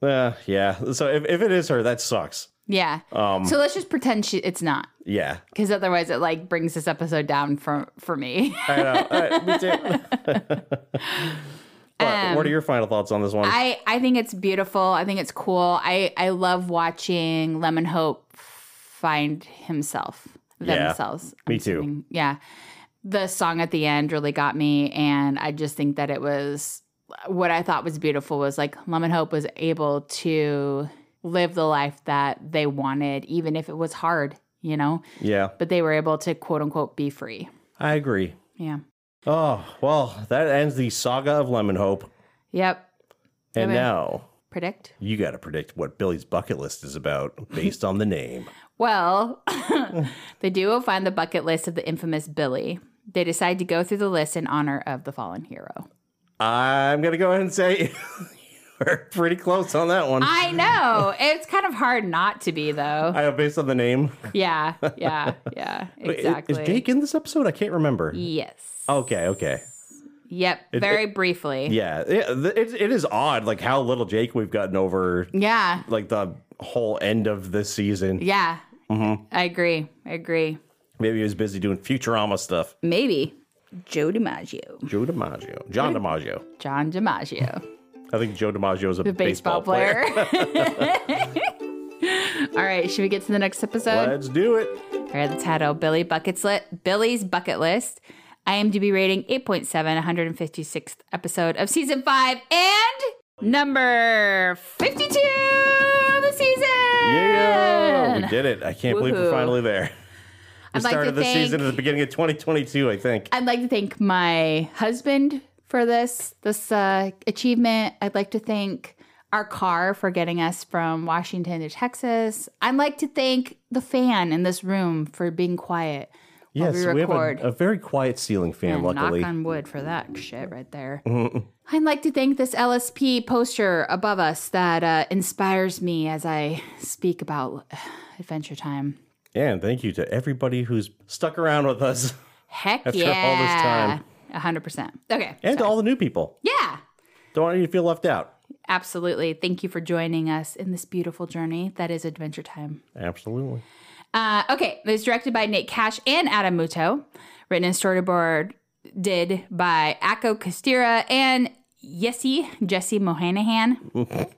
S4: uh, yeah. So if, if it is her, that sucks.
S2: Yeah.
S4: Um,
S2: so let's just pretend she, it's not
S4: yeah,
S2: because otherwise it like brings this episode down for, for me.
S4: I know. Uh, me too. but
S2: Um,
S4: what are your final thoughts on this one?
S2: I, I think it's beautiful. I think it's cool. I, I love watching Lemon Hope find himself,
S4: Yeah.
S2: themselves.
S4: Me
S2: I'm
S4: too.
S2: assuming. Yeah. The song at the end really got me. And I just think that it was what I thought was beautiful was like Lemon Hope was able to live the life that they wanted, even if it was hard, you know?
S4: yeah,
S2: But they were able to quote unquote be free.
S4: I agree.
S2: Yeah.
S4: Oh well, that ends the saga of Lemon Hope,
S2: Yep.
S4: and
S2: Okay.
S4: now
S2: Predict.
S4: you got to predict what Billy's bucket list is about based on the name.
S2: Well, the duo find the bucket list of the infamous Billy. They decide to go through the list in honor of the fallen hero.
S4: I'm gonna go ahead and say we're pretty close on that one.
S2: I know. It's kind of hard not to be, though.
S4: I know based on the name.
S2: Yeah, yeah, yeah.
S4: Wait, i-
S2: Exactly.
S4: Is Jake in this episode? I can't remember.
S2: Yes.
S4: Okay, okay.
S2: Yep.
S4: It-
S2: very briefly.
S4: Yeah, yeah th- it, it is odd, like how little Jake we've gotten over,
S2: Yeah.
S4: like the whole end of this season.
S2: Yeah.
S4: Mm-hmm.
S2: I agree. I agree.
S4: Maybe he was busy doing Futurama stuff.
S2: Maybe Joe DiMaggio.
S4: Joe DiMaggio, John DiMaggio.
S2: John DiMaggio,
S4: I think Joe DiMaggio is a
S2: the baseball, player. All right. Should we get to the next episode?
S4: Let's do it.
S2: Here are the title Billy Bucket's Lit- Billy's Bucket List. IMDb rating 8.7, 156th episode of season 5, and number 52 of the season.
S4: Yeah, we did it. I can't believe we're
S2: Woohoo.
S4: finally there. We
S2: I'd like
S4: started
S2: to
S4: the
S2: thank-
S4: season at the beginning of 2022, I think.
S2: I'd like to thank my husband for this this uh, achievement. I'd like to thank our car for getting us from Washington to Texas. I'd like to thank the fan in this room for being quiet
S4: Yes,
S2: we
S4: we have
S2: record.
S4: a, a very quiet ceiling fan,
S2: And
S4: luckily.
S2: knock on wood for that shit right there. I'd like to thank this LSP poster above us that uh, inspires me as I speak about Adventure Time.
S4: and thank you to everybody who's stuck around with us
S2: Heck
S4: After all this
S2: yeah.
S4: time.
S2: all this time. 100%. Okay.
S4: and to all the new people.
S2: Yeah.
S4: Don't want you to feel left out.
S2: Absolutely. Thank you for joining us in this beautiful journey that is Adventure Time.
S4: Absolutely.
S2: Uh, okay, it was directed by Nate Cash and Adam Muto, written and storyboard did by Akko Costera and Yessi Jesse Mohanahan.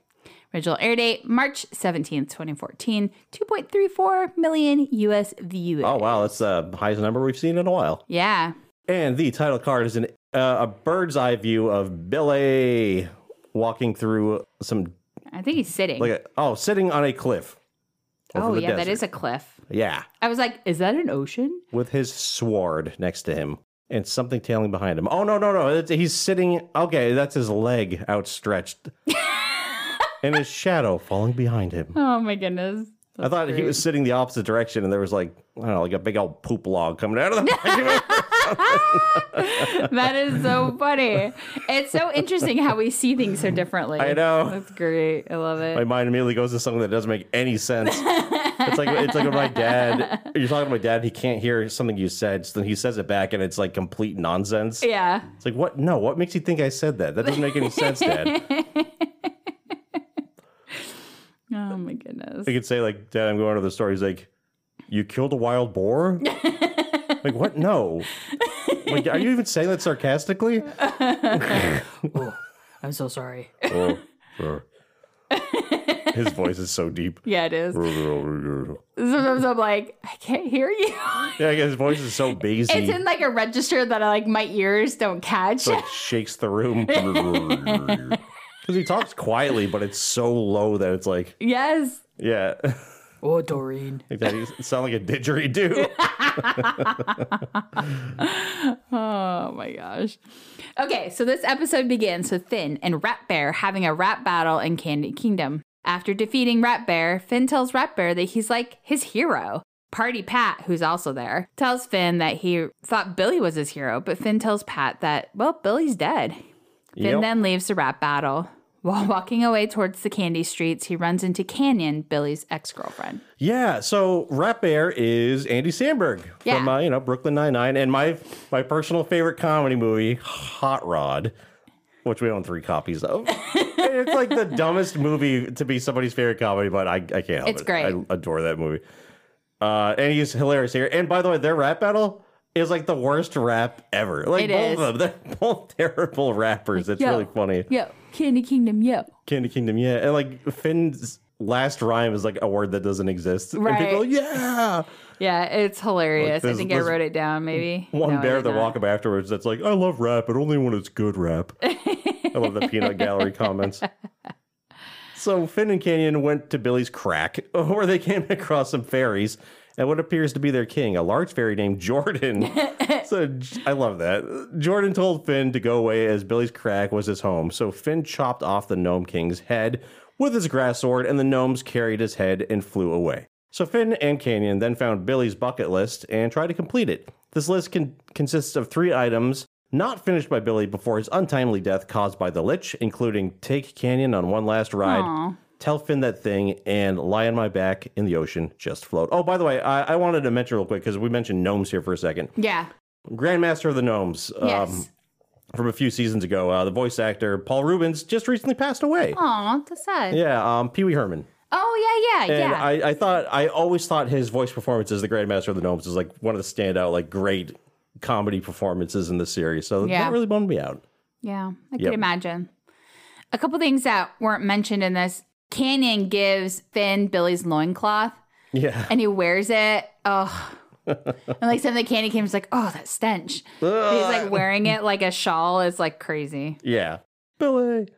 S2: Original air date March 17th, 2014, 2.34 million US views.
S4: Oh, wow. That's the highest number we've seen in a while.
S2: Yeah.
S4: And the title card is an, uh, a bird's eye view of Billy walking through some,
S2: I think he's sitting.
S4: like, a, oh, sitting on a cliff. over
S2: oh,
S4: the
S2: yeah, that
S4: desert.
S2: is a cliff.
S4: Yeah.
S2: I was like, is that an ocean?
S4: with his sword next to him and something tailing behind him. Oh, no, no, no. It's, he's sitting. Okay, that's his leg outstretched and his shadow falling behind him.
S2: Oh, my goodness.
S4: I thought he was sitting the opposite direction and there was like, I don't know, like a big old poop log coming out of the back of him.
S2: that is so funny. It's so interesting how we see things so differently.
S4: I know.
S2: That's great. I love it.
S4: My mind immediately goes to something that doesn't make any sense. It's like it's like when my dad you're talking to my dad and he can't hear something you said, so then he says it back and it's like complete nonsense.
S2: yeah.
S4: It's like what no, what makes you think I said that? That doesn't make any sense, Dad.
S2: Oh my goodness.
S4: I could say like, Dad, I'm going to the store. He's like, you killed a wild boar? like what? No. Like, are you even saying that sarcastically?
S1: Oh, I'm so sorry.
S4: Oh, sure. His voice is so deep.
S2: Yeah, it is.
S4: yeah,
S2: Sometimes I'm like, I can't hear you.
S4: his voice is so bassy.
S2: It's in like a register that I like my ears don't catch.
S4: Mm. It's like shakes the room because he talks quietly, but it's so low that it's like,
S2: yes.
S4: yeah,
S1: Oh, Doreen.
S4: like that. He sound like a didgeridoo.
S2: Oh my gosh. Okay, so this episode begins with Finn and Rat Bear having a rap battle in Candy Kingdom. After defeating Rat Bear, Finn tells Rat Bear that he's like his hero. Party Pat, who's also there, tells Finn that he thought Billy was his hero, but Finn tells Pat that, well, Billy's dead. Finn
S4: Yep.
S2: then leaves the rap battle. While walking away towards the candy streets, he runs into Canyon, Billy's ex girlfriend.
S4: Yeah, so Rat Bear is Andy Samberg from
S2: Yeah.
S4: uh, you know Brooklyn Nine Nine, and my my personal favorite comedy movie, Hot Rod, which we own three copies of. it's like the dumbest movie to be somebody's favorite comedy, but I, I can't help
S2: It's
S4: it.
S2: great.
S4: I adore that movie, uh, and he's hilarious here. And by the way, their rap battle is like the worst rap ever. Like
S2: It
S4: both
S2: is.
S4: of them, they're both terrible rappers. It's
S2: Yo.
S4: really funny.
S2: Yo, Candy Kingdom, yo.
S4: Candy Kingdom, yeah. And like Finn's last rhyme is like a word that doesn't exist. And
S2: Right.
S4: people, are like, yeah.
S2: Yeah, it's hilarious. I
S4: there's-
S2: think I
S4: there's
S2: wrote it down, maybe.
S4: One
S2: No, I
S4: bear
S2: did
S4: that
S2: not.
S4: walk up afterwards that's like, I love rap, but only when it's good rap. I love the peanut gallery comments. So Finn and Canyon went to Billy's crack, where they came across some fairies and what appears to be their king, a large fairy named Jordan. so J- I love that. Jordan told Finn to go away as Billy's crack was his home. So Finn chopped off the gnome king's head with his grass sword, and the gnomes carried his head and flew away. So Finn and Canyon then found Billy's bucket list and tried to complete it. This list con- consists of three items not finished by Billy before his untimely death caused by the Lich, including take Canyon on one last ride,
S2: Aw.
S4: tell Finn that thing, and lie on my back in the ocean, just float. Oh, by the way, I, I wanted to mention real quick because we mentioned gnomes here for a second.
S2: Yeah.
S4: Grandmaster of the Gnomes um,
S2: Yes.
S4: from a few seasons ago, uh, the voice actor Paul Rubens just recently passed away.
S2: Aw, that's sad.
S4: Yeah, um, Pee Wee Herman.
S2: Oh yeah, yeah,
S4: And
S2: yeah.
S4: I, I thought I always thought his voice performance as the Grandmaster of the Gnomes was like one of the standout, like great comedy performances in the series. So
S2: Yeah.
S4: that really bummed me out.
S2: yeah, I could
S4: Yep.
S2: imagine. A couple things that weren't mentioned in this. Canyon gives Finn Billy's loincloth
S4: Yeah.
S2: and he wears it. Oh. and like some of the candy came, he's like, oh, that stench. He's like wearing it like a shawl is like crazy.
S4: Yeah. Billy.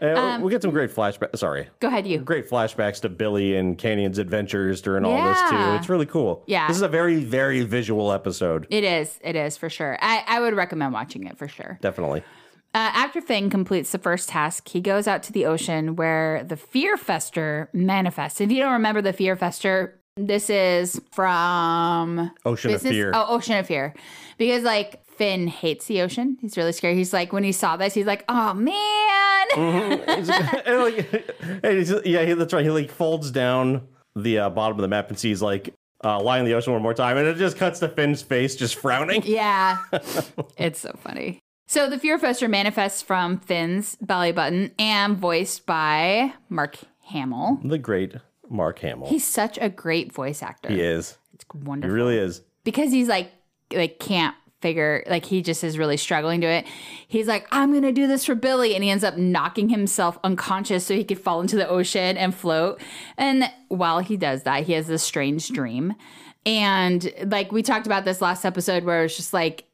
S4: And
S2: Um,
S4: we get some great flashbacks. Sorry.
S2: Go ahead, you.
S4: Great flashbacks to Billy and Canyon's adventures during all this, too.
S2: Yeah.
S4: It's really cool.
S2: Yeah.
S4: This is a very, very visual episode.
S2: It is, it is for sure. I, I would recommend watching it for sure.
S4: Definitely.
S2: Uh, after Finn completes the first task, he goes out to the ocean where the Fear Fester manifests. If you don't remember the Fear Fester, This is from
S4: Ocean of
S2: Business-
S4: Fear.
S2: Oh, Ocean of Fear. Because like Finn hates the ocean. He's really scared. He's like when he saw this, he's like, "Oh man."
S4: Mm. and like, and he's, yeah, he, that's right. He like folds down the uh, bottom of the map and sees like uh, lie in the ocean one more time, and it just cuts to Finn's face, just frowning.
S2: Yeah. it's so funny. So the Fear Fester manifests from Finn's belly button and voiced by Mark Hamill.
S4: The great Mark Hamill.
S2: He's such a great voice actor.
S4: he is.
S2: It's
S4: He
S2: wonderful.
S4: really is.
S2: because he's like like can't figure like he just is really struggling to it. He's like, I'm gonna do this for Billy, and he ends up knocking himself unconscious so he could fall into the ocean and float. And while he does that, he has this strange dream. And like we talked about this last episode where it's just like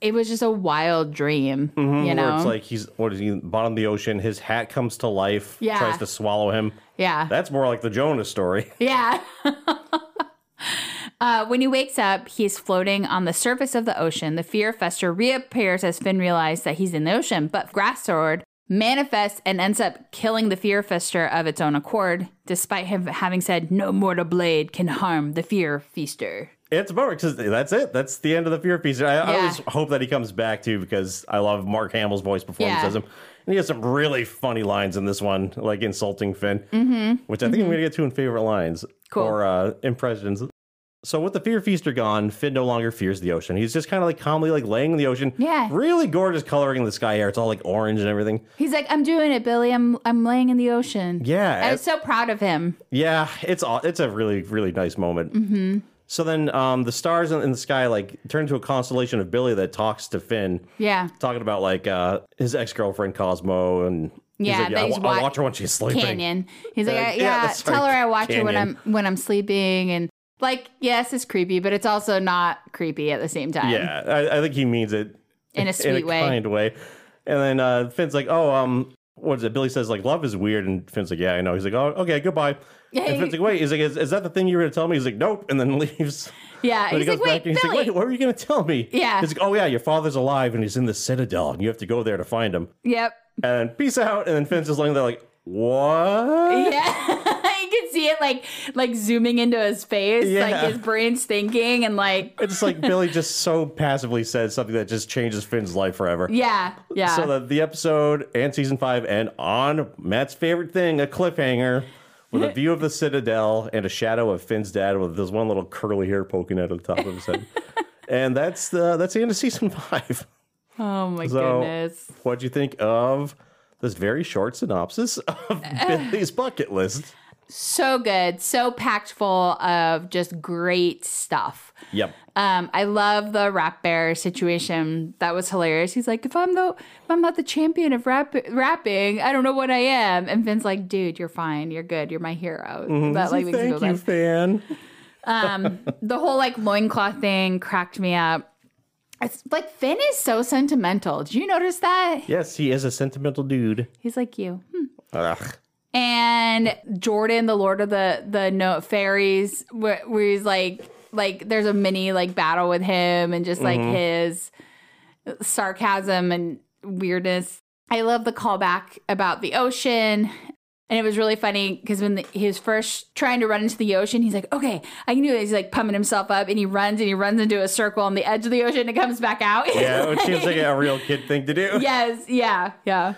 S2: it was just a wild dream.
S4: Mhm,
S2: you
S4: where
S2: know?
S4: it's like he's what is he bottom of the ocean? His hat comes to life.
S2: Yeah.
S4: tries to swallow him.
S2: yeah.
S4: That's more like the Jonah story.
S2: Yeah. Uh, when he wakes up, he's floating on the surface of the ocean. The fear fester reappears as Finn realizes that he's in the ocean, but Grass Sword manifests and ends up killing the fear fester of its own accord, despite him having said, No mortal blade can harm the fear feaster.
S4: It's about because that's it. That's the end of the Fear Piece. I, I
S2: Yeah.
S4: always hope that he comes back too because I love Mark Hamill's voice performance
S2: Yeah.
S4: as him. And he has some really funny lines in this one, like insulting Finn, mm-hmm. which I think I'm going to get to in favorite lines
S2: Cool.
S4: or uh, impressions. So with the Fear Feaster gone, Finn no longer fears the ocean. He's just kind of like calmly like laying in the ocean.
S2: Yeah.
S4: Really gorgeous coloring in the sky here. It's all like orange and everything.
S2: He's like, I'm doing it, Billy. I'm I'm laying in the ocean.
S4: Yeah.
S2: I was so proud of him.
S4: Yeah, it's aw- it's a really really nice moment. Mm-hmm. So then, um, the stars in, in the sky like turn into a constellation of Billy that talks to Finn,
S2: Yeah.
S4: talking about like uh, his ex girlfriend Cosmo, and he's
S2: Yeah,
S4: like,
S2: that
S4: I,
S2: he's
S4: wa- I'll
S2: wa-
S4: watch her when she's sleeping.
S2: Canyon. He's like,
S4: Uh,
S2: I-
S4: yeah,
S2: yeah,
S4: that's
S2: tell her
S4: right,
S2: I watch it when I'm
S4: Canyon.
S2: when I'm sleeping, and like, yes, it's creepy, but it's also not creepy at the same time.
S4: Yeah, I, I think he means it
S2: In a sweet way.
S4: kind way. And then uh, Finn's like, "Oh, um, what is it?" Billy says, "Like love is weird," and Finn's like, "Yeah, I know." He's like, "Oh, okay, goodbye." And Finn's like, "Wait," he's like, "Is, is that the thing you were going to tell me?" He's like, "Nope," and then leaves.
S2: yeah.
S4: But
S2: He's like, wait,
S4: and he's
S2: Billy.
S4: like, wait, what were you going to tell me?
S2: Yeah.
S4: He's like, oh, yeah, your father's alive and he's in the Citadel and you have to go there to find him.
S2: yep.
S4: And peace out. And then Finn's just laying there like, what?
S2: Yeah. you can see it like like zooming into his face,
S4: Yeah.
S2: like his brain's thinking, and like,
S4: It's like Billy just so passively says something that just changes Finn's life forever.
S2: yeah, yeah.
S4: So that the episode and season five end on Matt's favorite thing, a cliffhanger with a view of the Citadel and a shadow of Finn's dad with this one little curly hair poking out of the top of his head. And that's the, that's the end of season five.
S2: oh my
S4: So-
S2: goodness.
S4: What'd you think of this very short synopsis of Billy's bucket list?
S2: So good, so packed full of just great stuff.
S4: Yep.
S2: Um, I love the rap bear situation. That was hilarious. He's like, if I'm the, if I'm not the champion of rap, rapping, I don't know what I am. And Finn's like, dude, you're fine. You're good. You're my hero. That like makes me
S4: Thank
S2: feel
S4: you,
S2: bad.
S4: fan.
S2: The whole like loincloth thing cracked me up. It's like Finn is so sentimental. Did you notice that?
S4: Yes, he is a sentimental dude.
S2: He's like you. Hmm.
S4: Ugh.
S2: And Jordan, the Lord of the the no fairies, where, where he's like, like there's a mini like battle with him and just like his sarcasm and weirdness. I love the callback about the ocean. And it was really funny because when the, he was first trying to run into the ocean, he's like, okay, I can do it. He's like pumping himself up and he runs and he runs into a circle on the edge of the ocean and comes back out.
S4: Yeah, it seems like a real kid thing to do.
S2: yes. Yeah. Yeah.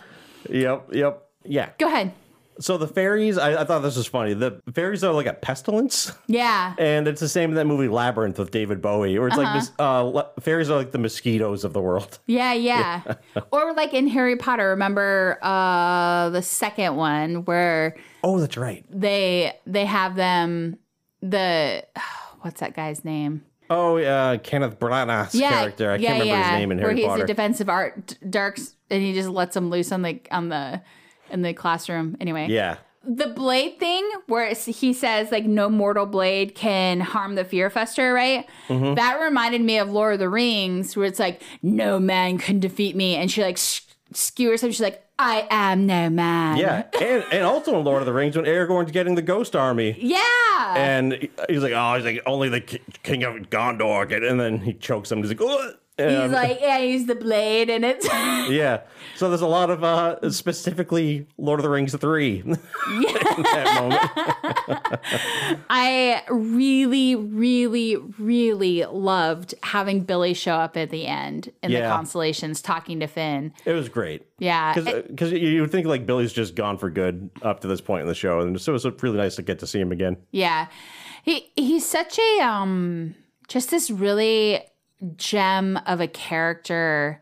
S4: Yep, yep. Yeah.
S2: Go ahead.
S4: So the fairies, I, I thought this was funny. The fairies are like a pestilence,
S2: Yeah.
S4: and it's the same in that movie Labyrinth with David Bowie, where it's
S2: Uh-huh.
S4: like this, uh, le- fairies are like the mosquitoes of the world.
S2: Yeah, yeah. or like in Harry Potter, remember uh the second one where
S4: Oh, that's right.
S2: they they have them the what's that guy's name?
S4: Oh, uh, Kenneth Branagh's character. I can't remember his name in Harry
S2: where he's
S4: Potter.
S2: a defensive art darks and he just lets them loose on the on the in the classroom anyway.
S4: yeah.
S2: The blade thing where it's- he says like no mortal blade can harm the fear fester, right?
S4: Mm-hmm.
S2: That reminded me of Lord of the Rings where it's like no man can defeat me and she like sh- skewers him she's like I am no man.
S4: Yeah, and and also in Lord of the Rings when Aragorn's getting the Ghost Army,
S2: Yeah.
S4: and he's like, oh, he's like only the ki- King of Gondor, can-" and then he chokes him. He's like, oh,
S2: he's like, yeah, I use the blade, and it's yeah,
S4: Yeah. So there's a lot of uh specifically Lord of the Rings 3 in that moment.
S2: I really, really, really loved having Billy show up at the end in the
S4: Yeah.
S2: constellations talking to Finn.
S4: It was great.
S2: Yeah. it-
S4: Because uh, you would think like Billy's just gone for good up to this point in the show. And so it was really nice to get to see him again.
S2: yeah. He he's such a um just this really gem of a character,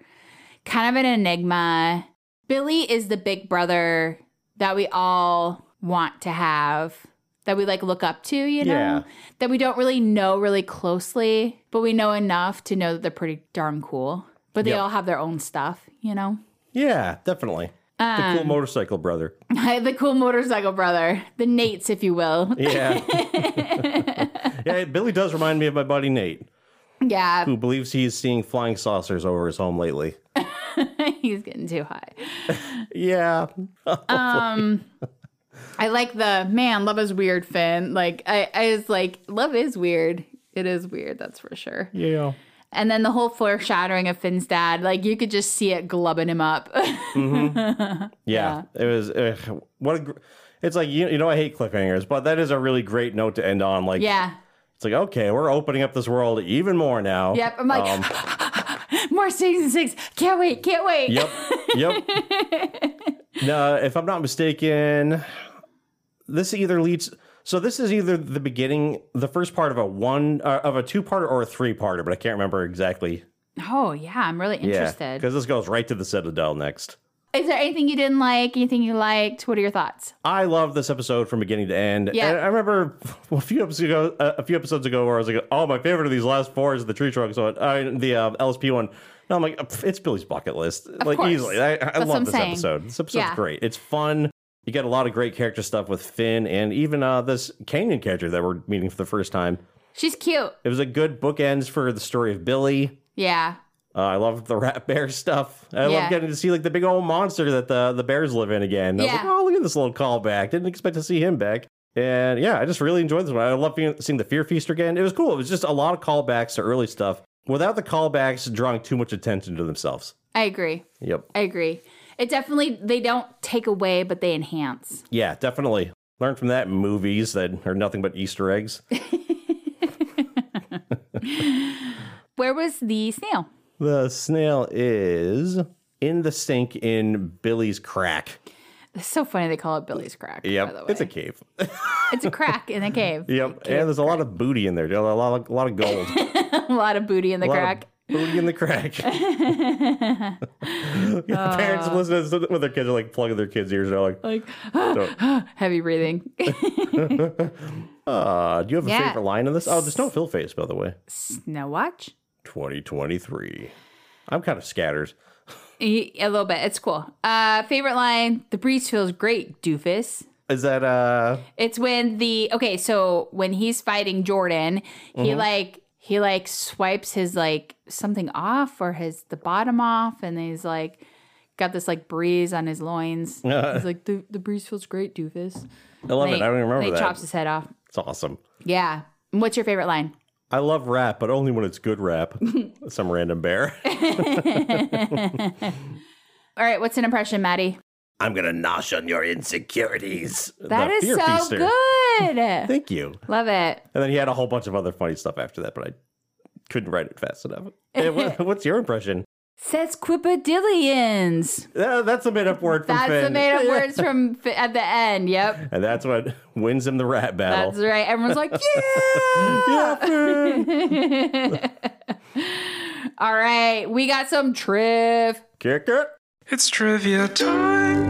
S2: kind of an enigma. Billy is the big brother that we all want to have, that we like look up to, you know?
S4: Yeah.
S2: That we don't really know really closely, but we know enough to know that they're pretty darn cool. But they
S4: Yep.
S2: all have their own stuff, you know?
S4: Yeah, definitely. the
S2: Um.
S4: cool motorcycle brother.
S2: the cool motorcycle brother, the Nates, if you will.
S4: Yeah. yeah, Billy does remind me of my buddy Nate,
S2: Yeah,
S4: who believes he's seeing flying saucers over his home lately.
S2: he's getting too high.
S4: Yeah.
S2: I like the man, love is weird, Finn. Like, I, I was like, love is weird. It is weird, that's for sure.
S4: Yeah.
S2: And then the whole foreshadowing of Finn's dad, like, you could just see it glubbing him up.
S4: Yeah, it was. Ugh, what a gr- it's like you, you know I hate cliffhangers, but that is a really great note to end on. Like
S2: yeah.
S4: it's like okay, we're opening up this world even more now. Um,
S2: Yep. I'm like, more season six. Can't wait. Can't wait.
S4: yep, yep. no, if I'm not mistaken, this either leads. So this is either the beginning, the first part of a one uh, of a two parter or a three parter, but I can't remember exactly.
S2: Oh, yeah. I'm really
S4: Yeah,
S2: interested.
S4: because this goes right to the Citadel next.
S2: is there anything you didn't like? Anything you liked? What are your thoughts?
S4: I love this episode from beginning to end.
S2: Yeah.
S4: And I remember a few episodes ago, uh, a few episodes ago, where I was like, "Oh, my favorite of these last four is the tree trunks one, uh, the uh, LSP one." And I'm like, "Pff, "It's Billy's bucket list, like
S2: course.
S4: easily." I, I
S2: what
S4: love
S2: I'm
S4: this
S2: saying.
S4: episode. This episode's
S2: Yeah.
S4: great. It's fun. You get a lot of great character stuff with Finn and even uh, this Canyon character that we're meeting for the first time.
S2: She's cute.
S4: It was a good bookends for the story of Billy.
S2: Yeah.
S4: Uh, I love the rat bear stuff. I
S2: Yeah.
S4: love getting to see like the big old monster that the the bears live in again. I was like,
S2: Yeah.
S4: oh, look at this little callback. Didn't expect to see him back. And yeah, I just really enjoyed this one. I love being, seeing the Fear Feaster again. It was cool. It was just a lot of callbacks to early stuff without the callbacks drawing too much attention to themselves.
S2: I agree.
S4: Yep.
S2: I agree. It definitely they don't take away, but they enhance.
S4: Yeah, definitely. Learn from that in movies that are nothing but Easter eggs.
S2: Where was the snail?
S4: the snail is in the sink in Billy's crack.
S2: It's so funny they call it Billy's crack. by the
S4: Yep.
S2: way.
S4: It's a cave.
S2: it's a crack in the cave.
S4: Yep. and there's a lot of booty in there. A lot of, a lot of gold.
S2: a lot of booty in the
S4: A lot of
S2: crack.
S4: Booty in the crack. Parents
S2: Uh.
S4: listening to when their kids are like plugging their kids' ears. They're like,
S2: Like heavy breathing.
S4: uh, do you have a
S2: Yeah.
S4: favorite line in this? Oh, there's no Phil face, by the way.
S2: Snow watch.
S4: 2023. I'm kind of scatters.
S2: E- A little bit. It's cool. Uh, favorite line: The breeze feels great, doofus.
S4: Is that, uh,
S2: It's when the okay, so when he's fighting Jordan, he
S4: Mm-hmm.
S2: like he like swipes his like something off or his the bottom off, and he's like got this like breeze on his loins. he's like the the breeze feels great, doofus.
S4: I love it. I don't even remember
S2: He
S4: that.
S2: chops his head off.
S4: It's awesome.
S2: Yeah. What's your favorite line?
S4: I love rap, but only when it's good rap. Some random bear.
S2: All right, what's an impression, Maddie?
S4: I'm going to nosh on your insecurities.
S2: That is so good.
S4: Thank you.
S2: Love it.
S4: And then he had a whole bunch of other funny stuff after that, but I couldn't write it fast enough. Hey, what- what's your impression?
S2: Sesquipedillions.
S4: Uh, that's a made up word from
S2: That's
S4: Finn.
S2: the made up words from Fi- at the end. Yep.
S4: And that's what wins him the rat battle.
S2: That's right. Everyone's like, yeah.
S4: Yeah, Finn!
S2: All right, we got some triv.
S4: Kick it.
S5: It's trivia time.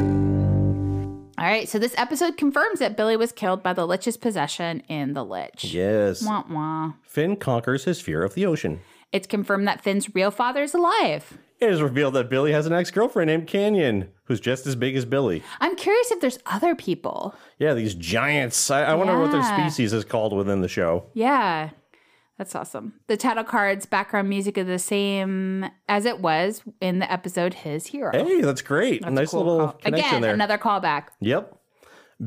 S2: All right, so this episode confirms that Billy was killed by the Lich's possession in the Lich.
S4: Yes.
S2: Wah, wah.
S4: Finn conquers his fear of the ocean.
S2: It's confirmed that Finn's real father is alive.
S4: It is revealed that Billy has an ex girlfriend named Canyon, who's just as big as Billy.
S2: I'm curious if there's other people.
S4: Yeah, these giants. I, I wonder what their
S2: Yeah.
S4: species is called within the show.
S2: Yeah, that's awesome. The title card's background music is the same as it was in the episode His Hero.
S4: Hey, that's great. nice
S2: Cool
S4: little
S2: call.
S4: connection
S2: Again,
S4: there.
S2: another callback.
S4: Yep.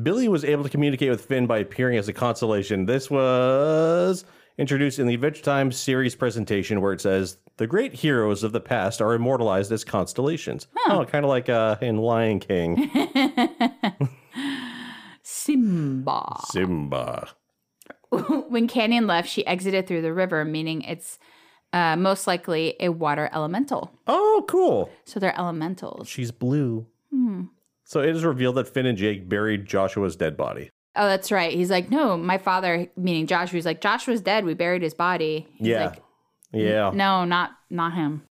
S4: Billy was able to communicate with Finn by appearing as a constellation. This was introduced in the Adventure Time series presentation where it says The great heroes of the past are immortalized as constellations. Oh, kind of like uh, in Lion King,
S2: Simba.
S4: Simba.
S2: when Canyon left, she exited through the river, meaning it's uh, most likely a water elemental.
S4: Oh, cool.
S2: So they're elementals.
S4: She's blue.
S2: Hmm.
S4: So it is revealed that Finn and Jake buried Joshua's dead body.
S2: Oh, that's right. He's like, no, my father, meaning Joshua, he's like, Joshua's dead. We buried his body. He's
S4: yeah.
S2: like,
S4: yeah.
S2: No, not not him.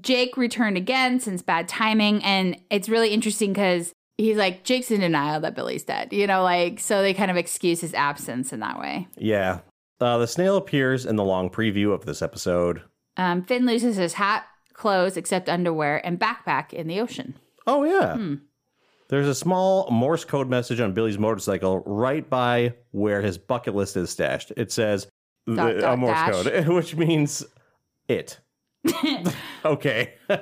S2: Jake returned again since bad timing, and it's really interesting because he's like Jake's in denial that Billy's dead. You know, like so they kind of excuse his absence in that way.
S4: Yeah. Uh, the snail appears in the long preview of this episode.
S2: Um, Finn loses his hat, clothes, except underwear, and backpack in the ocean.
S4: Oh, yeah.
S2: Hmm.
S4: There's a small Morse code message on Billy's motorcycle right by where his bucket list is stashed. It says
S2: Dot,
S4: uh,
S2: dot,
S4: a Morse
S2: dash.
S4: code, which means it. okay.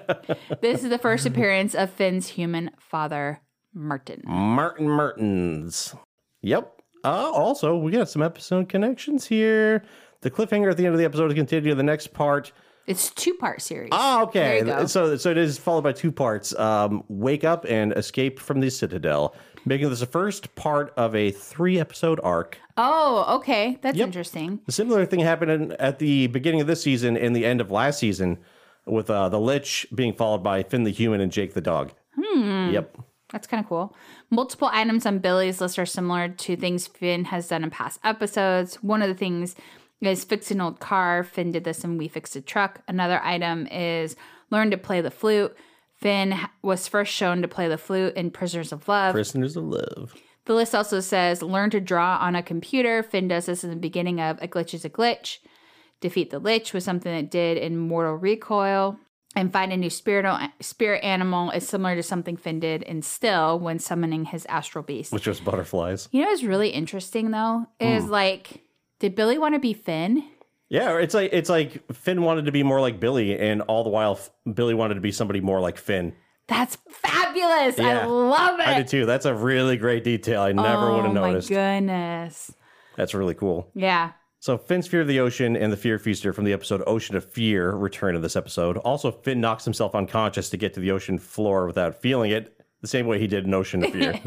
S2: This is the first appearance of Finn's human father,
S4: Oh.
S2: Martin.
S4: Martin Mertens. Yep. Uh, also, we got some episode connections here. The cliffhanger at the end of the episode is continued to the next part.
S2: It's two part series.
S4: Ah,
S2: There
S4: okay.
S2: you go.
S4: So, so it is followed by two parts: um, "Wake Up" and "Escape from the Citadel," making this the first part of a three-episode arc.
S2: oh, okay, that's
S4: Yep.
S2: interesting.
S4: A similar thing happened in, at the beginning of this season and the end of last season, with uh, the Lich being followed by Finn the Human and Jake the Dog. Hmm. Yep.
S2: That's kind of cool. Multiple items on Billy's list are similar to things Finn has done in past episodes. One of the things is fix an old car. Finn did this and we fixed a truck. Another item is learn to play the flute. Finn h- was first shown to play the flute in Prisoners of Love.
S4: Prisoners of Love.
S2: the list also says learn to draw on a computer. Finn does this in the beginning of A Glitch is a Glitch. Defeat the Lich was something that did in Mortal Recoil. And find a new spirit, spirit animal is similar to something Finn did in Still when summoning his astral beast.
S4: Which Hmm. was butterflies.
S2: You know what's really interesting though? Is like, did Billy want to be Finn?
S4: Yeah, it's like it's like Finn wanted to be more like Billy, and all the while F- Billy wanted to be somebody more like Finn.
S2: That's fabulous. I
S4: Yeah.
S2: love it.
S4: I did too. That's a really great detail. I never
S2: oh,
S4: would have noticed.
S2: my goodness.
S4: That's really cool.
S2: Yeah.
S4: So Finn's fear of the ocean and the fear feaster from the episode Ocean of Fear return in this episode. Also, Finn knocks himself unconscious to get to the ocean floor without feeling it, the same way he did in Ocean of Fear.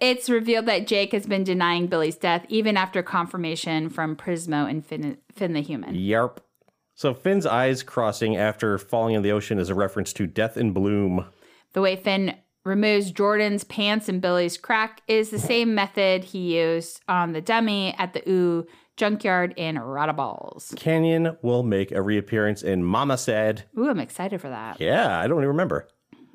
S2: It's revealed that Jake has been denying Billy's death even after confirmation from Prismo and Finn, Finn the Human.
S4: Yarp. So Finn's eyes crossing after falling in the ocean is a reference to death in bloom.
S2: The way Finn removes Jordan's pants and Billy's crack is the same method he used on the dummy at the Ooh junkyard in Rotaballs.
S4: Canyon will make a reappearance in Mama Said.
S2: Ooh, I'm excited for that. Yeah.
S4: Yeah, I don't even remember.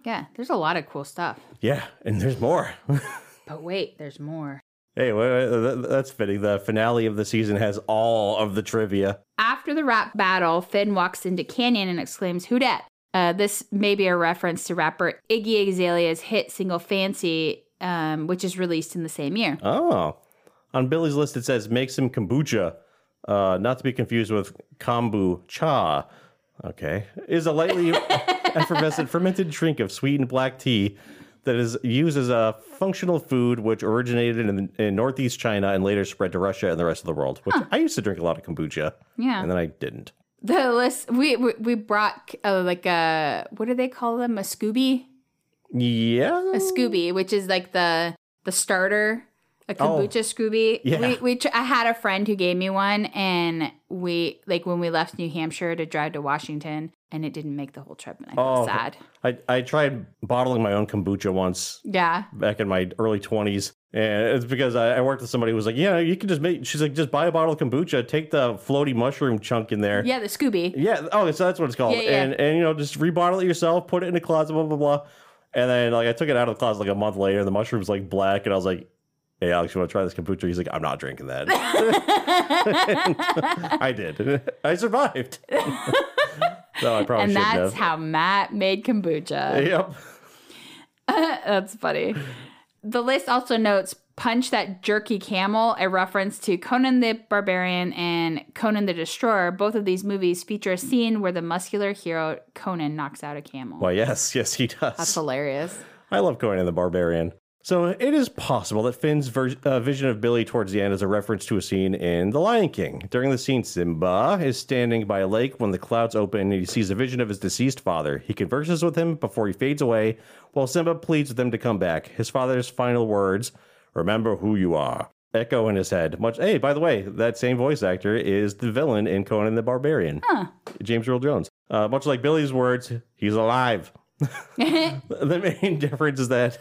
S2: there's a lot of cool stuff.
S4: Yeah, and there's more.
S2: But wait, there's more.
S4: hey, wait, wait, th- th- that's fitting. The finale of the season has all of the trivia.
S2: After the rap battle, Finn walks into Canyon and exclaims, Who dat? Uh, this may be a reference to rapper Iggy Azalea's hit single Fancy, um, which is released in the same year.
S4: Oh. On Billy's list, it says make some kombucha, uh, not to be confused with kombucha. Okay. Is a lightly effervescent fermented drink of sweetened black tea that is used as a functional food which originated in, in northeast China and later spread to Russia and the rest of the world. Which I used to drink a lot of kombucha.
S2: Yeah.
S4: And then I didn't.
S2: The list, we, we, we brought uh, like a, what do they call them? A Scooby?
S4: Yeah.
S2: a Scooby, which is like the the starter, a
S4: Oh.
S2: kombucha Scooby.
S4: Yeah.
S2: We we tr- I had a friend who gave me one, and we like when we left New Hampshire to drive to Washington, and it didn't make the whole trip, and I felt
S4: Oh.
S2: sad.
S4: I, I tried bottling my own kombucha once
S2: Yeah,
S4: back in my early 20s. And it's because I, I worked with somebody who was like, yeah, you can just make, she's like, just buy a bottle of kombucha, take the floaty mushroom chunk in there.
S2: yeah, the Scooby.
S4: Yeah. Oh, so that's what it's called.
S2: Yeah, yeah.
S4: And, and, you know, just rebottle it yourself, put it in a closet, blah, blah, blah. And then, like, I took it out of the closet like a month later. The mushroom's like black. And I was like, hey, Alex, you want to try this kombucha? He's like, I'm not drinking that. And I did. I survived. so I probably
S2: And
S4: shouldn't
S2: that's
S4: have.
S2: how Matt made kombucha.
S4: yep.
S2: That's funny. The list also notes Punch That Jerky Camel, a reference to Conan the Barbarian and Conan the Destroyer. Both of these movies feature a scene where the muscular hero Conan knocks out a camel.
S4: Well, yes. Yes, he does.
S2: That's hilarious.
S4: I love Conan the Barbarian. So it is possible that Finn's ver- uh, vision of Billy towards the end is a reference to a scene in The Lion King. During the scene, Simba is standing by a lake when the clouds open and he sees a vision of his deceased father. He converses with him before he fades away, while Simba pleads with him to come back. His father's final words, "Remember who you are," echo in his head. Much hey, by the way, that same voice actor is the villain in Conan the Barbarian, James Earl Jones. Uh, much like Billy's words, he's alive. the main difference is that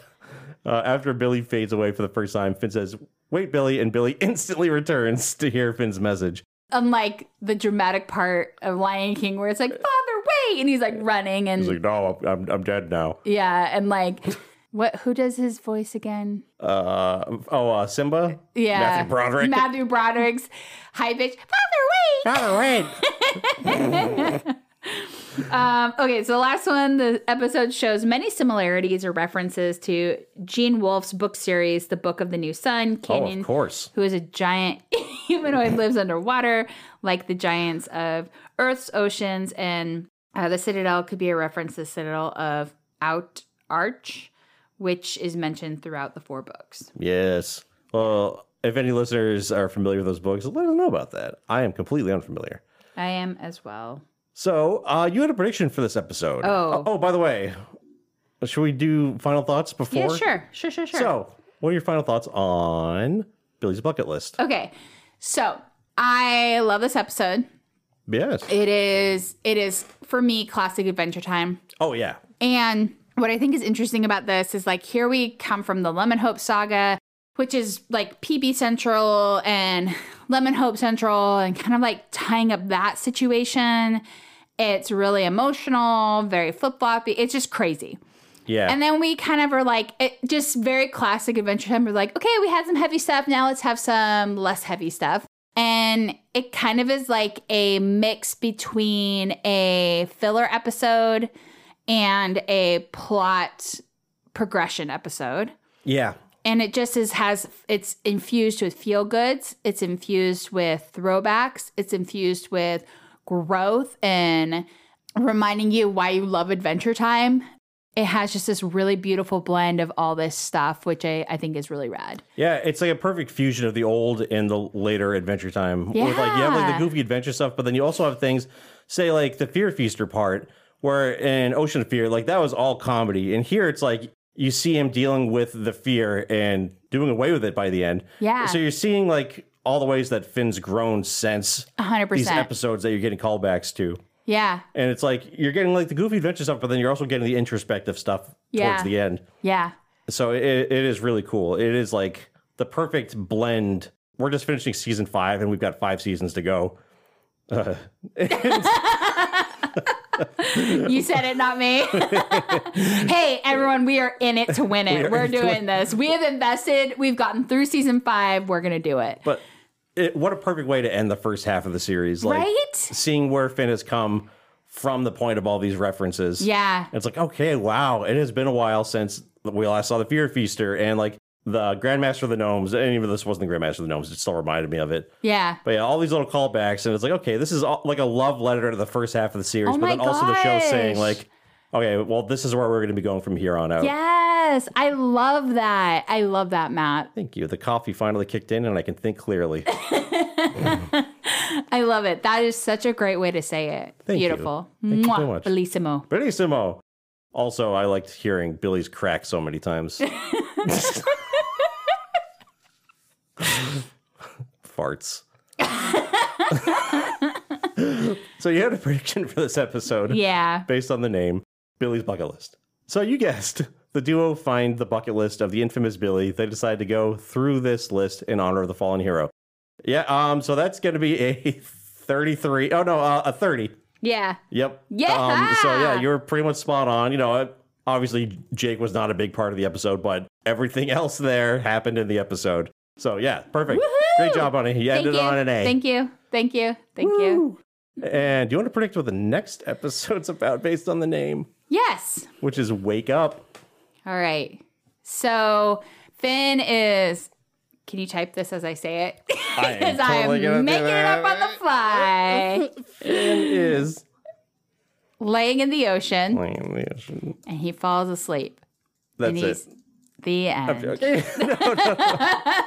S4: uh, after Billy fades away for the first time, Finn says, Wait, Billy, and Billy instantly returns to hear Finn's message.
S2: Unlike the dramatic part of Lion King where it's like, Father, wait! And he's like running and
S4: He's like, No, I'm, I'm, I'm dead now.
S2: yeah, and like, what? who does his voice again?
S4: Uh, oh, uh, Simba?
S2: Yeah.
S4: Matthew Broderick.
S2: Matthew Broderick's high bitch. Father, wait!
S4: All right.
S2: Um, okay, so the last one, the episode shows many similarities or references to Gene Wolfe's book series, The Book of the New Sun.
S4: Oh,
S2: Canyon,
S4: of course.
S2: who is a giant humanoid, lives underwater like the giants of Earth's oceans. And uh, the Citadel could be a reference to the Citadel of Out Arch, which is mentioned throughout the four books.
S4: Yes. Well, if any listeners are familiar with those books, let us know about that. I am completely unfamiliar.
S2: I am as well.
S4: So, uh, you had a prediction for this episode.
S2: Oh.
S4: Oh, by the way, should we do final thoughts before?
S2: Yeah, sure, sure, sure, sure.
S4: So, what are your final thoughts on Billy's bucket list?
S2: okay, so I love this episode.
S4: Yes.
S2: It is it is for me classic adventure time.
S4: Oh yeah.
S2: And what I think is interesting about this is like here we come from the Lemon Hope saga, which is like PB Central and Lemon Hope Central and kind of like tying up that situation. It's really emotional, very flip floppy. It's just crazy.
S4: Yeah.
S2: And then we kind of are like, it just very classic adventure time. We're like, okay, we had some heavy stuff. Now let's have some less heavy stuff. And it kind of is like a mix between a filler episode and a plot progression episode.
S4: yeah.
S2: And it just is has it's infused with feel goods, it's infused with throwbacks, it's infused with growth and reminding you why you love adventure time. It has just this really beautiful blend of all this stuff, which I, I think is really rad.
S4: Yeah, it's like a perfect fusion of the old and the later Adventure Time. Yeah. With like you have like
S2: Yeah.
S4: the goofy adventure stuff, but then you also have things, say like the Fear Feaster part, where in Ocean of Fear, like that was all comedy, and here it's like you see him dealing with the fear and doing away with it by the end.
S2: Yeah.
S4: So you're seeing like all the ways that Finn's grown since
S2: hundred
S4: these
S2: percent.
S4: episodes that you're getting callbacks to.
S2: Yeah.
S4: And it's like you're getting like the goofy adventure stuff, but then you're also getting the introspective stuff
S2: Yeah.
S4: towards the end.
S2: Yeah.
S4: So it, it is really cool. It is like the perfect blend. We're just finishing season five, and we've got five seasons to go. Uh,
S2: You said it, not me. hey, everyone, we are in it to win it. We are doing this. We have invested. We've gotten through season five. We're gonna do it.
S4: but it, what a perfect way to end the first half of the series, like
S2: right?
S4: seeing where Finn has come from the point of all these references.
S2: Yeah.
S4: it's like okay, wow, it has been a while since we last saw the Fear Feaster and like the Grandmaster of the Gnomes. And even though this wasn't the Grandmaster of the Gnomes, it still reminded me of it.
S2: Yeah.
S4: But yeah, all these little callbacks, and it's like, okay, this is all, like a love letter to the first half of the series,
S2: Oh
S4: but then
S2: my
S4: also the show saying
S2: gosh.
S4: like, okay, well, this is where we're going to be going from here on out.
S2: Yes, I love that. I love that, Matt.
S4: Thank you. The coffee finally kicked in, and I can think clearly.
S2: I love it. That is such a great way to say it.
S4: Thank you.
S2: Beautiful.
S4: Thank you so
S2: Mwah.
S4: much.
S2: Bellissimo.
S4: Benissimo. Also, I liked hearing Billy's crack so many times. Farts. so you had a prediction for this episode.
S2: Yeah.
S4: based on the name Billy's Bucket List. So you guessed. The duo find the bucket list of the infamous Billy. They decide to go through this list in honor of the fallen hero. Yeah, um, so that's going to be a 33. Oh, no, uh, a 30.
S2: Yeah.
S4: Yep.
S2: Yeah!
S4: Um, so yeah, you were pretty much spot on. You know, uh, obviously Jake was not a big part of the episode, but everything else there happened in the episode. So yeah, perfect.
S2: Woohoo!
S4: Great job on it. You
S2: Thank
S4: ended
S2: you.
S4: on an A.
S2: Thank you. Thank you. Thank you.
S4: And do you want to predict what the next episode's about based on the name?
S2: Yes.
S4: which is wake up.
S2: All right. So Finn is. Can you type this as I say it?
S4: I am
S2: Because
S4: totally gonna do
S2: I'm making it up on the fly.
S4: Is
S2: Laying in the ocean,
S4: Playing the ocean.
S2: and he falls asleep.
S4: That's
S2: and he's
S4: it.
S2: The end.
S4: Okay.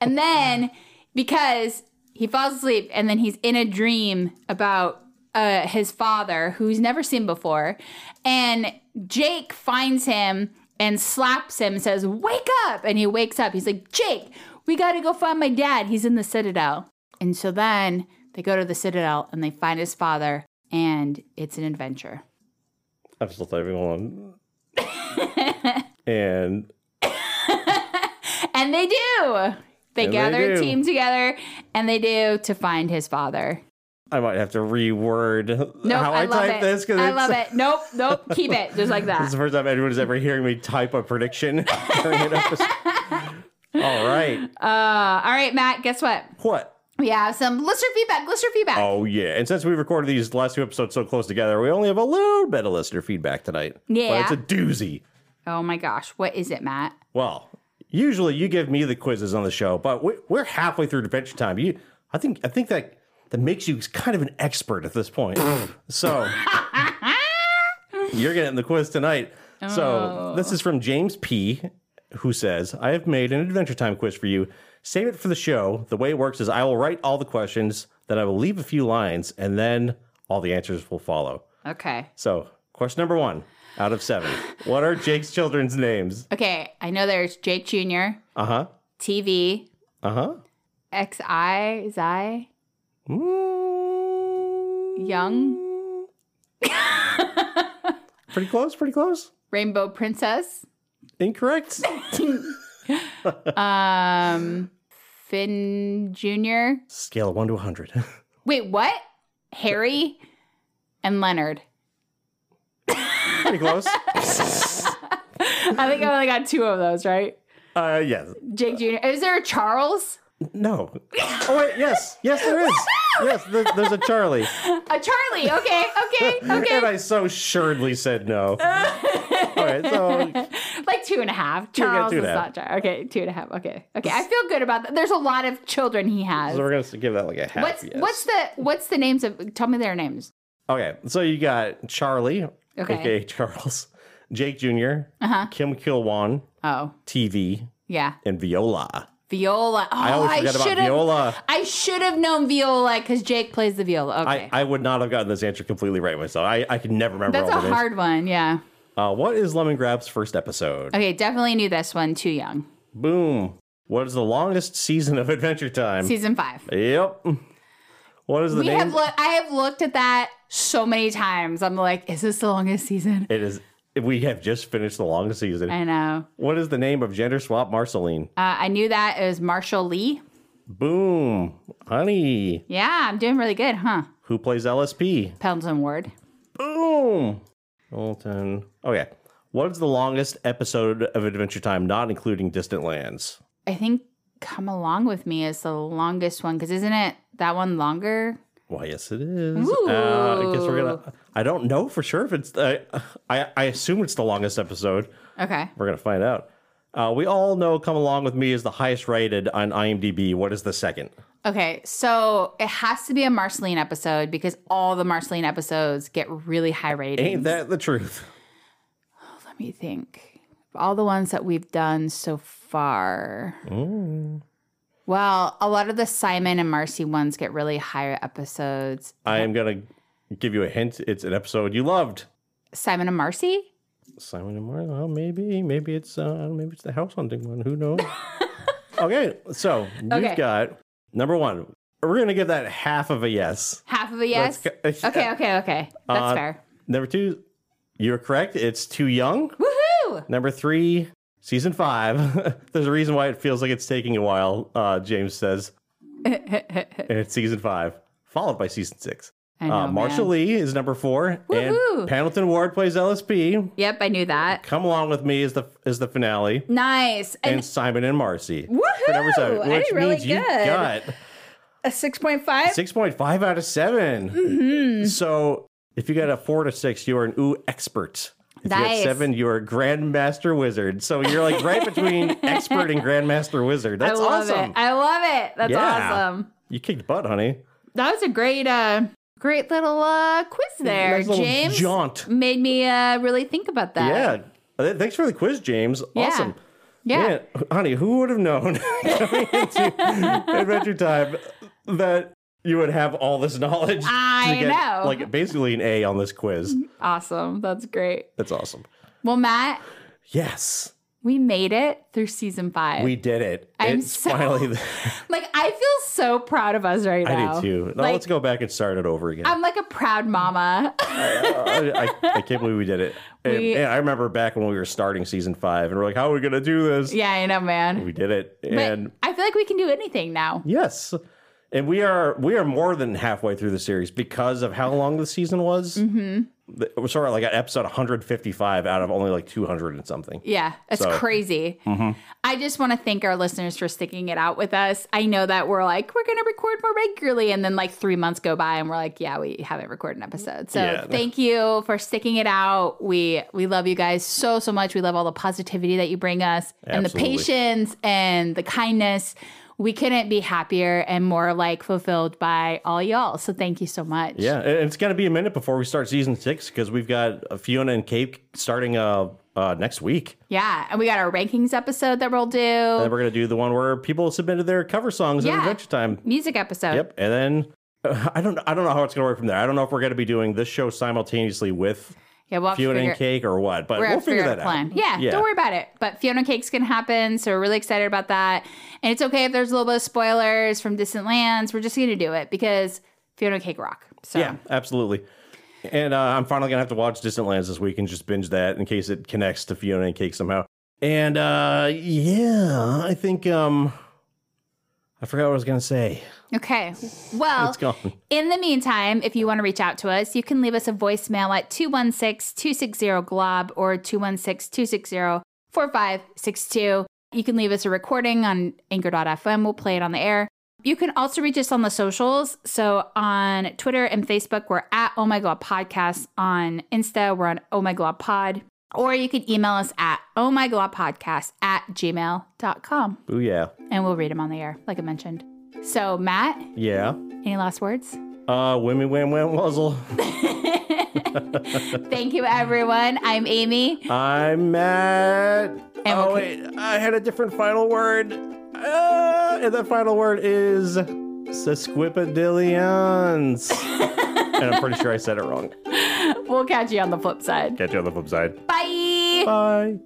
S2: And then because he falls asleep and then he's in a dream about uh, his father who he's never seen before. And Jake finds him and slaps him and says, Wake up! And he wakes up. He's like, Jake, we gotta go find my dad. He's in the Citadel. And so then they go to the Citadel and they find his father and it's an adventure.
S4: I'm still typing on. and
S2: And they do. They
S4: And they
S2: gather a
S4: do.
S2: team together and they do to find his father.
S4: I might have to reword
S2: Nope,
S4: how I,
S2: I, love
S4: type
S2: it.
S4: this because
S2: I
S4: it's,
S2: love it. Nope, nope. Keep it just like
S4: it's
S2: that.
S4: the first time anyone is ever hearing me type a prediction during an episode. All right.
S2: Uh, all right, Matt. Guess what?
S4: What?
S2: We have some listener feedback. Listener feedback.
S4: Oh, yeah. And since we recorded these last two episodes so close together, we only have a little bit of listener feedback tonight.
S2: Yeah.
S4: But it's a doozy.
S2: Oh my gosh, what is it, Matt?
S4: Well, usually you give me the quizzes on the show, but we- we're halfway through adventure time. You, I think, I think that that makes you kind of an expert at this point. so you're getting the quiz tonight. So this is from James P, who says, "I have made an adventure time quiz for you. Save it for the show. The way it works is I will write all the questions, then I will leave a few lines, and then all the answers will follow."
S2: Okay,
S4: So question number one out of seven: What are Jake's children's names?
S2: okay. I know there's Jake Jr.,
S4: Uh huh.
S2: TV,
S4: Uh huh.
S2: XI, Zai,
S4: Mm,
S2: Young,
S4: pretty close, pretty close.
S2: Rainbow Princess,
S4: Incorrect.
S2: um, Finn Jr.
S4: Scale of 1 to 100.
S2: Wait, what? Harry and Leonard.
S4: pretty close.
S2: I think I only got two of those, right?
S4: Uh, yes.
S2: Jake Jr. Is there a Charles?
S4: No. Oh, wait, yes. Yes, there is. Yes, there, there's a Charlie.
S2: A Uh, Charlie. Okay, okay, okay.
S4: And I so assuredly said no. All right, so
S2: like two and a half.
S4: and a-
S2: Charles
S4: two
S2: is
S4: and a half.
S2: not Charles. Okay, two and a half. Okay, okay. I feel good about that. There's a lot of children he has.
S4: so we're going to give that like a half
S2: What's
S4: yes.
S2: what's the what's the names of? Tell me their names.
S4: Okay, so you got Charlie,
S2: Okay.
S4: aka Charles, Jake Jr.,
S2: Uh-huh.
S4: Kim Kilwan,
S2: Oh
S4: TV,
S2: yeah,
S4: and Viola.
S2: Viola. Oh,
S4: I always forget about
S2: should've-
S4: Viola.
S2: I should have known Viola because Jake plays the viola. Okay,
S4: I, I would not have gotten this answer completely right myself. I, I could never remember
S2: that's
S4: all
S2: a
S4: the names.
S2: hard one. Yeah.
S4: Uh, what is Lemon Grab's first episode?
S2: Okay, definitely knew this one. Too young.
S4: Boom. What is the longest season of Adventure Time?
S2: Season five.
S4: yep. What is the
S2: We
S4: name?
S2: have look. I have looked at that so many times. I'm like, is this the longest season?
S4: it is. We have just finished the longest season.
S2: I know.
S4: what is the name of gender swap Marceline?
S2: Uh, I knew that it was Marshall Lee.
S4: Boom. Honey.
S2: Yeah, I'm doing really good, huh?
S4: Who plays LSP?
S2: Pendleton Ward.
S4: Boom. Bolton. Okay. What is the longest episode of Adventure Time, not including Distant Lands?
S2: I think Come Along With Me is the longest one because isn't it that one longer?
S4: Why, yes, it is. Uh, I guess we're gonna. I don't know for sure if it's. I I, I assume it's the longest episode.
S2: Okay.
S4: We're gonna find out. Uh, we all know "Come Along with Me" is the highest rated on IMDb. What is the second?
S2: Okay. So it has to be a Marceline episode because all the Marceline episodes get really high ratings.
S4: Ain't that the truth?
S2: Let me think. All the ones that we've done so far. Well, a lot of the Simon and Marcy ones get really high episodes.
S4: I am gonna give you a hint. It's an episode you loved.
S2: Simon and Marcy?
S4: Simon and Martha. Oh, maybe, maybe it's uh, maybe it's the house hunting one. Who knows? okay, so you've
S2: Okay.
S4: got number one. We're gonna give that half of a yes.
S2: Half of a yes.
S4: Let's go-
S2: Okay, okay, okay. That's
S4: Uh,
S2: fair.
S4: Number two, you're correct. It's too young.
S2: Woohoo!
S4: Number three, season five. There's a reason why it feels like it's taking a while, uh, James says. and it's season five, followed by season six.
S2: I know,
S4: uh, Marsha
S2: man.
S4: Lee is number 4
S2: Woohoo!
S4: and Pendleton Ward plays LSP.
S2: Yep, I knew that.
S4: Come along with me is the is the finale,
S2: Nice.
S4: and,
S2: And
S4: Simon and Marcy.
S2: Woohoo!
S4: For number seven,
S2: I
S4: which
S2: did really
S4: means you
S2: good.
S4: got
S2: a 6.5?
S4: six point five out of 7
S2: Mm-hmm.
S4: So if you got a four to six, you are an ooh expert. If you
S2: Nice.
S4: got seven, you are grandmaster wizard. So you're like right between expert and grandmaster wizard. That's
S2: I love
S4: awesome.
S2: it. I love it. That's
S4: Yeah.
S2: awesome.
S4: You kicked butt, honey.
S2: That was a great uh great little uh quiz there.
S4: Nice little
S2: James
S4: jaunt.
S2: made me uh really think about that.
S4: Yeah. Th- Thanks for the quiz, James.
S2: Yeah.
S4: Awesome.
S2: Yeah.
S4: Man, honey, who would have known coming into Adventure Time that you would have all this knowledge? to
S2: I know. Mm-hmm.
S4: Like basically an A on this quiz.
S2: Awesome. That's great.
S4: That's awesome.
S2: Well, Matt,
S4: Yes,
S2: we made it through season five.
S4: we did it.
S2: I'm
S4: it's
S2: so-
S4: finally.
S2: like, I feel so proud of us right now.
S4: I do too. Now
S2: Like,
S4: let's go back and start it over again.
S2: I'm like a proud mama.
S4: I, I, I can't believe we did it. And-
S2: We-
S4: and I remember back when we were starting season five, and we're like, "How are we gonna do this?"
S2: yeah, I know, man.
S4: We did it,
S2: But
S4: and
S2: I feel like we can do anything now.
S4: yes, and we are we are more than halfway through the series because of how long the season was. Mm-hmm. We're sort of like at episode 155 out of only like 200 and something.
S2: Yeah, it's
S4: So- mm-hmm.
S2: crazy. I just want to thank our listeners for sticking it out with us. I know that we're like, we're going to record more regularly. And then like three months go by and we're like, yeah, we haven't recorded an episode. So
S4: Yeah.
S2: thank you for sticking it out. We, we love you guys so, so much. We love all the positivity that you bring us and the
S4: Absolutely.
S2: patience and the kindness. We couldn't be happier and more like fulfilled by all y'all. So thank you so much.
S4: Yeah, and it's gonna be a minute before we start season six because we've got Fiona and Cake starting uh, uh next week.
S2: Yeah. And we got our rankings episode that we'll do.
S4: And then we're gonna do the one where people submitted their cover songs in
S2: Yeah.
S4: Adventure Time.
S2: Music episode.
S4: Yep, and then uh, I don't I don't know how it's gonna work from there. I don't know if we're gonna be doing this show simultaneously with
S2: Yeah, we'll have to
S4: Fiona
S2: figure-
S4: and Cake or what, but
S2: we're
S4: we'll
S2: gonna figure
S4: figure
S2: out
S4: that
S2: a plan.
S4: out.
S2: Yeah, don't worry about it. But Fiona Cake's can happen, so we're really excited about that. And it's okay if there's a little bit of spoilers from Distant Lands. We're just gonna do it because Fiona Cake rock. So
S4: Yeah, absolutely. And uh, I'm finally gonna have to watch Distant Lands this week and just binge that in case it connects to Fiona and Cake somehow. And uh, yeah, I think um, I forgot what I was gonna say.
S2: okay. Well,
S4: It's gone.
S2: In the meantime, if you want to reach out to us, you can leave us a voicemail at 216-260-GLOB or 216-260-4562. You can leave us a recording on anchor.fm. We'll play it on the air. You can also reach us on the socials. So on Twitter and Facebook, we're at Oh My God Podcast. On Insta, we're on Oh My God Pod. Or you can email us at Oh My God Podcast at gmail.com.
S4: Booyah.
S2: And we'll read them on the air, like I mentioned. So, Matt,
S4: Yeah.
S2: any last words?
S4: Uh, whammy, wham, wham, wuzzle.
S2: Thank you, everyone. I'm Amy.
S4: I'm Matt.
S2: And
S4: oh
S2: we'll-
S4: wait, I had a different final word. Uh, and that final word is sesquipedilions. and I'm pretty sure I said it wrong.
S2: We'll catch you on the flip side.
S4: Catch you on the flip side.
S2: Bye.
S4: Bye.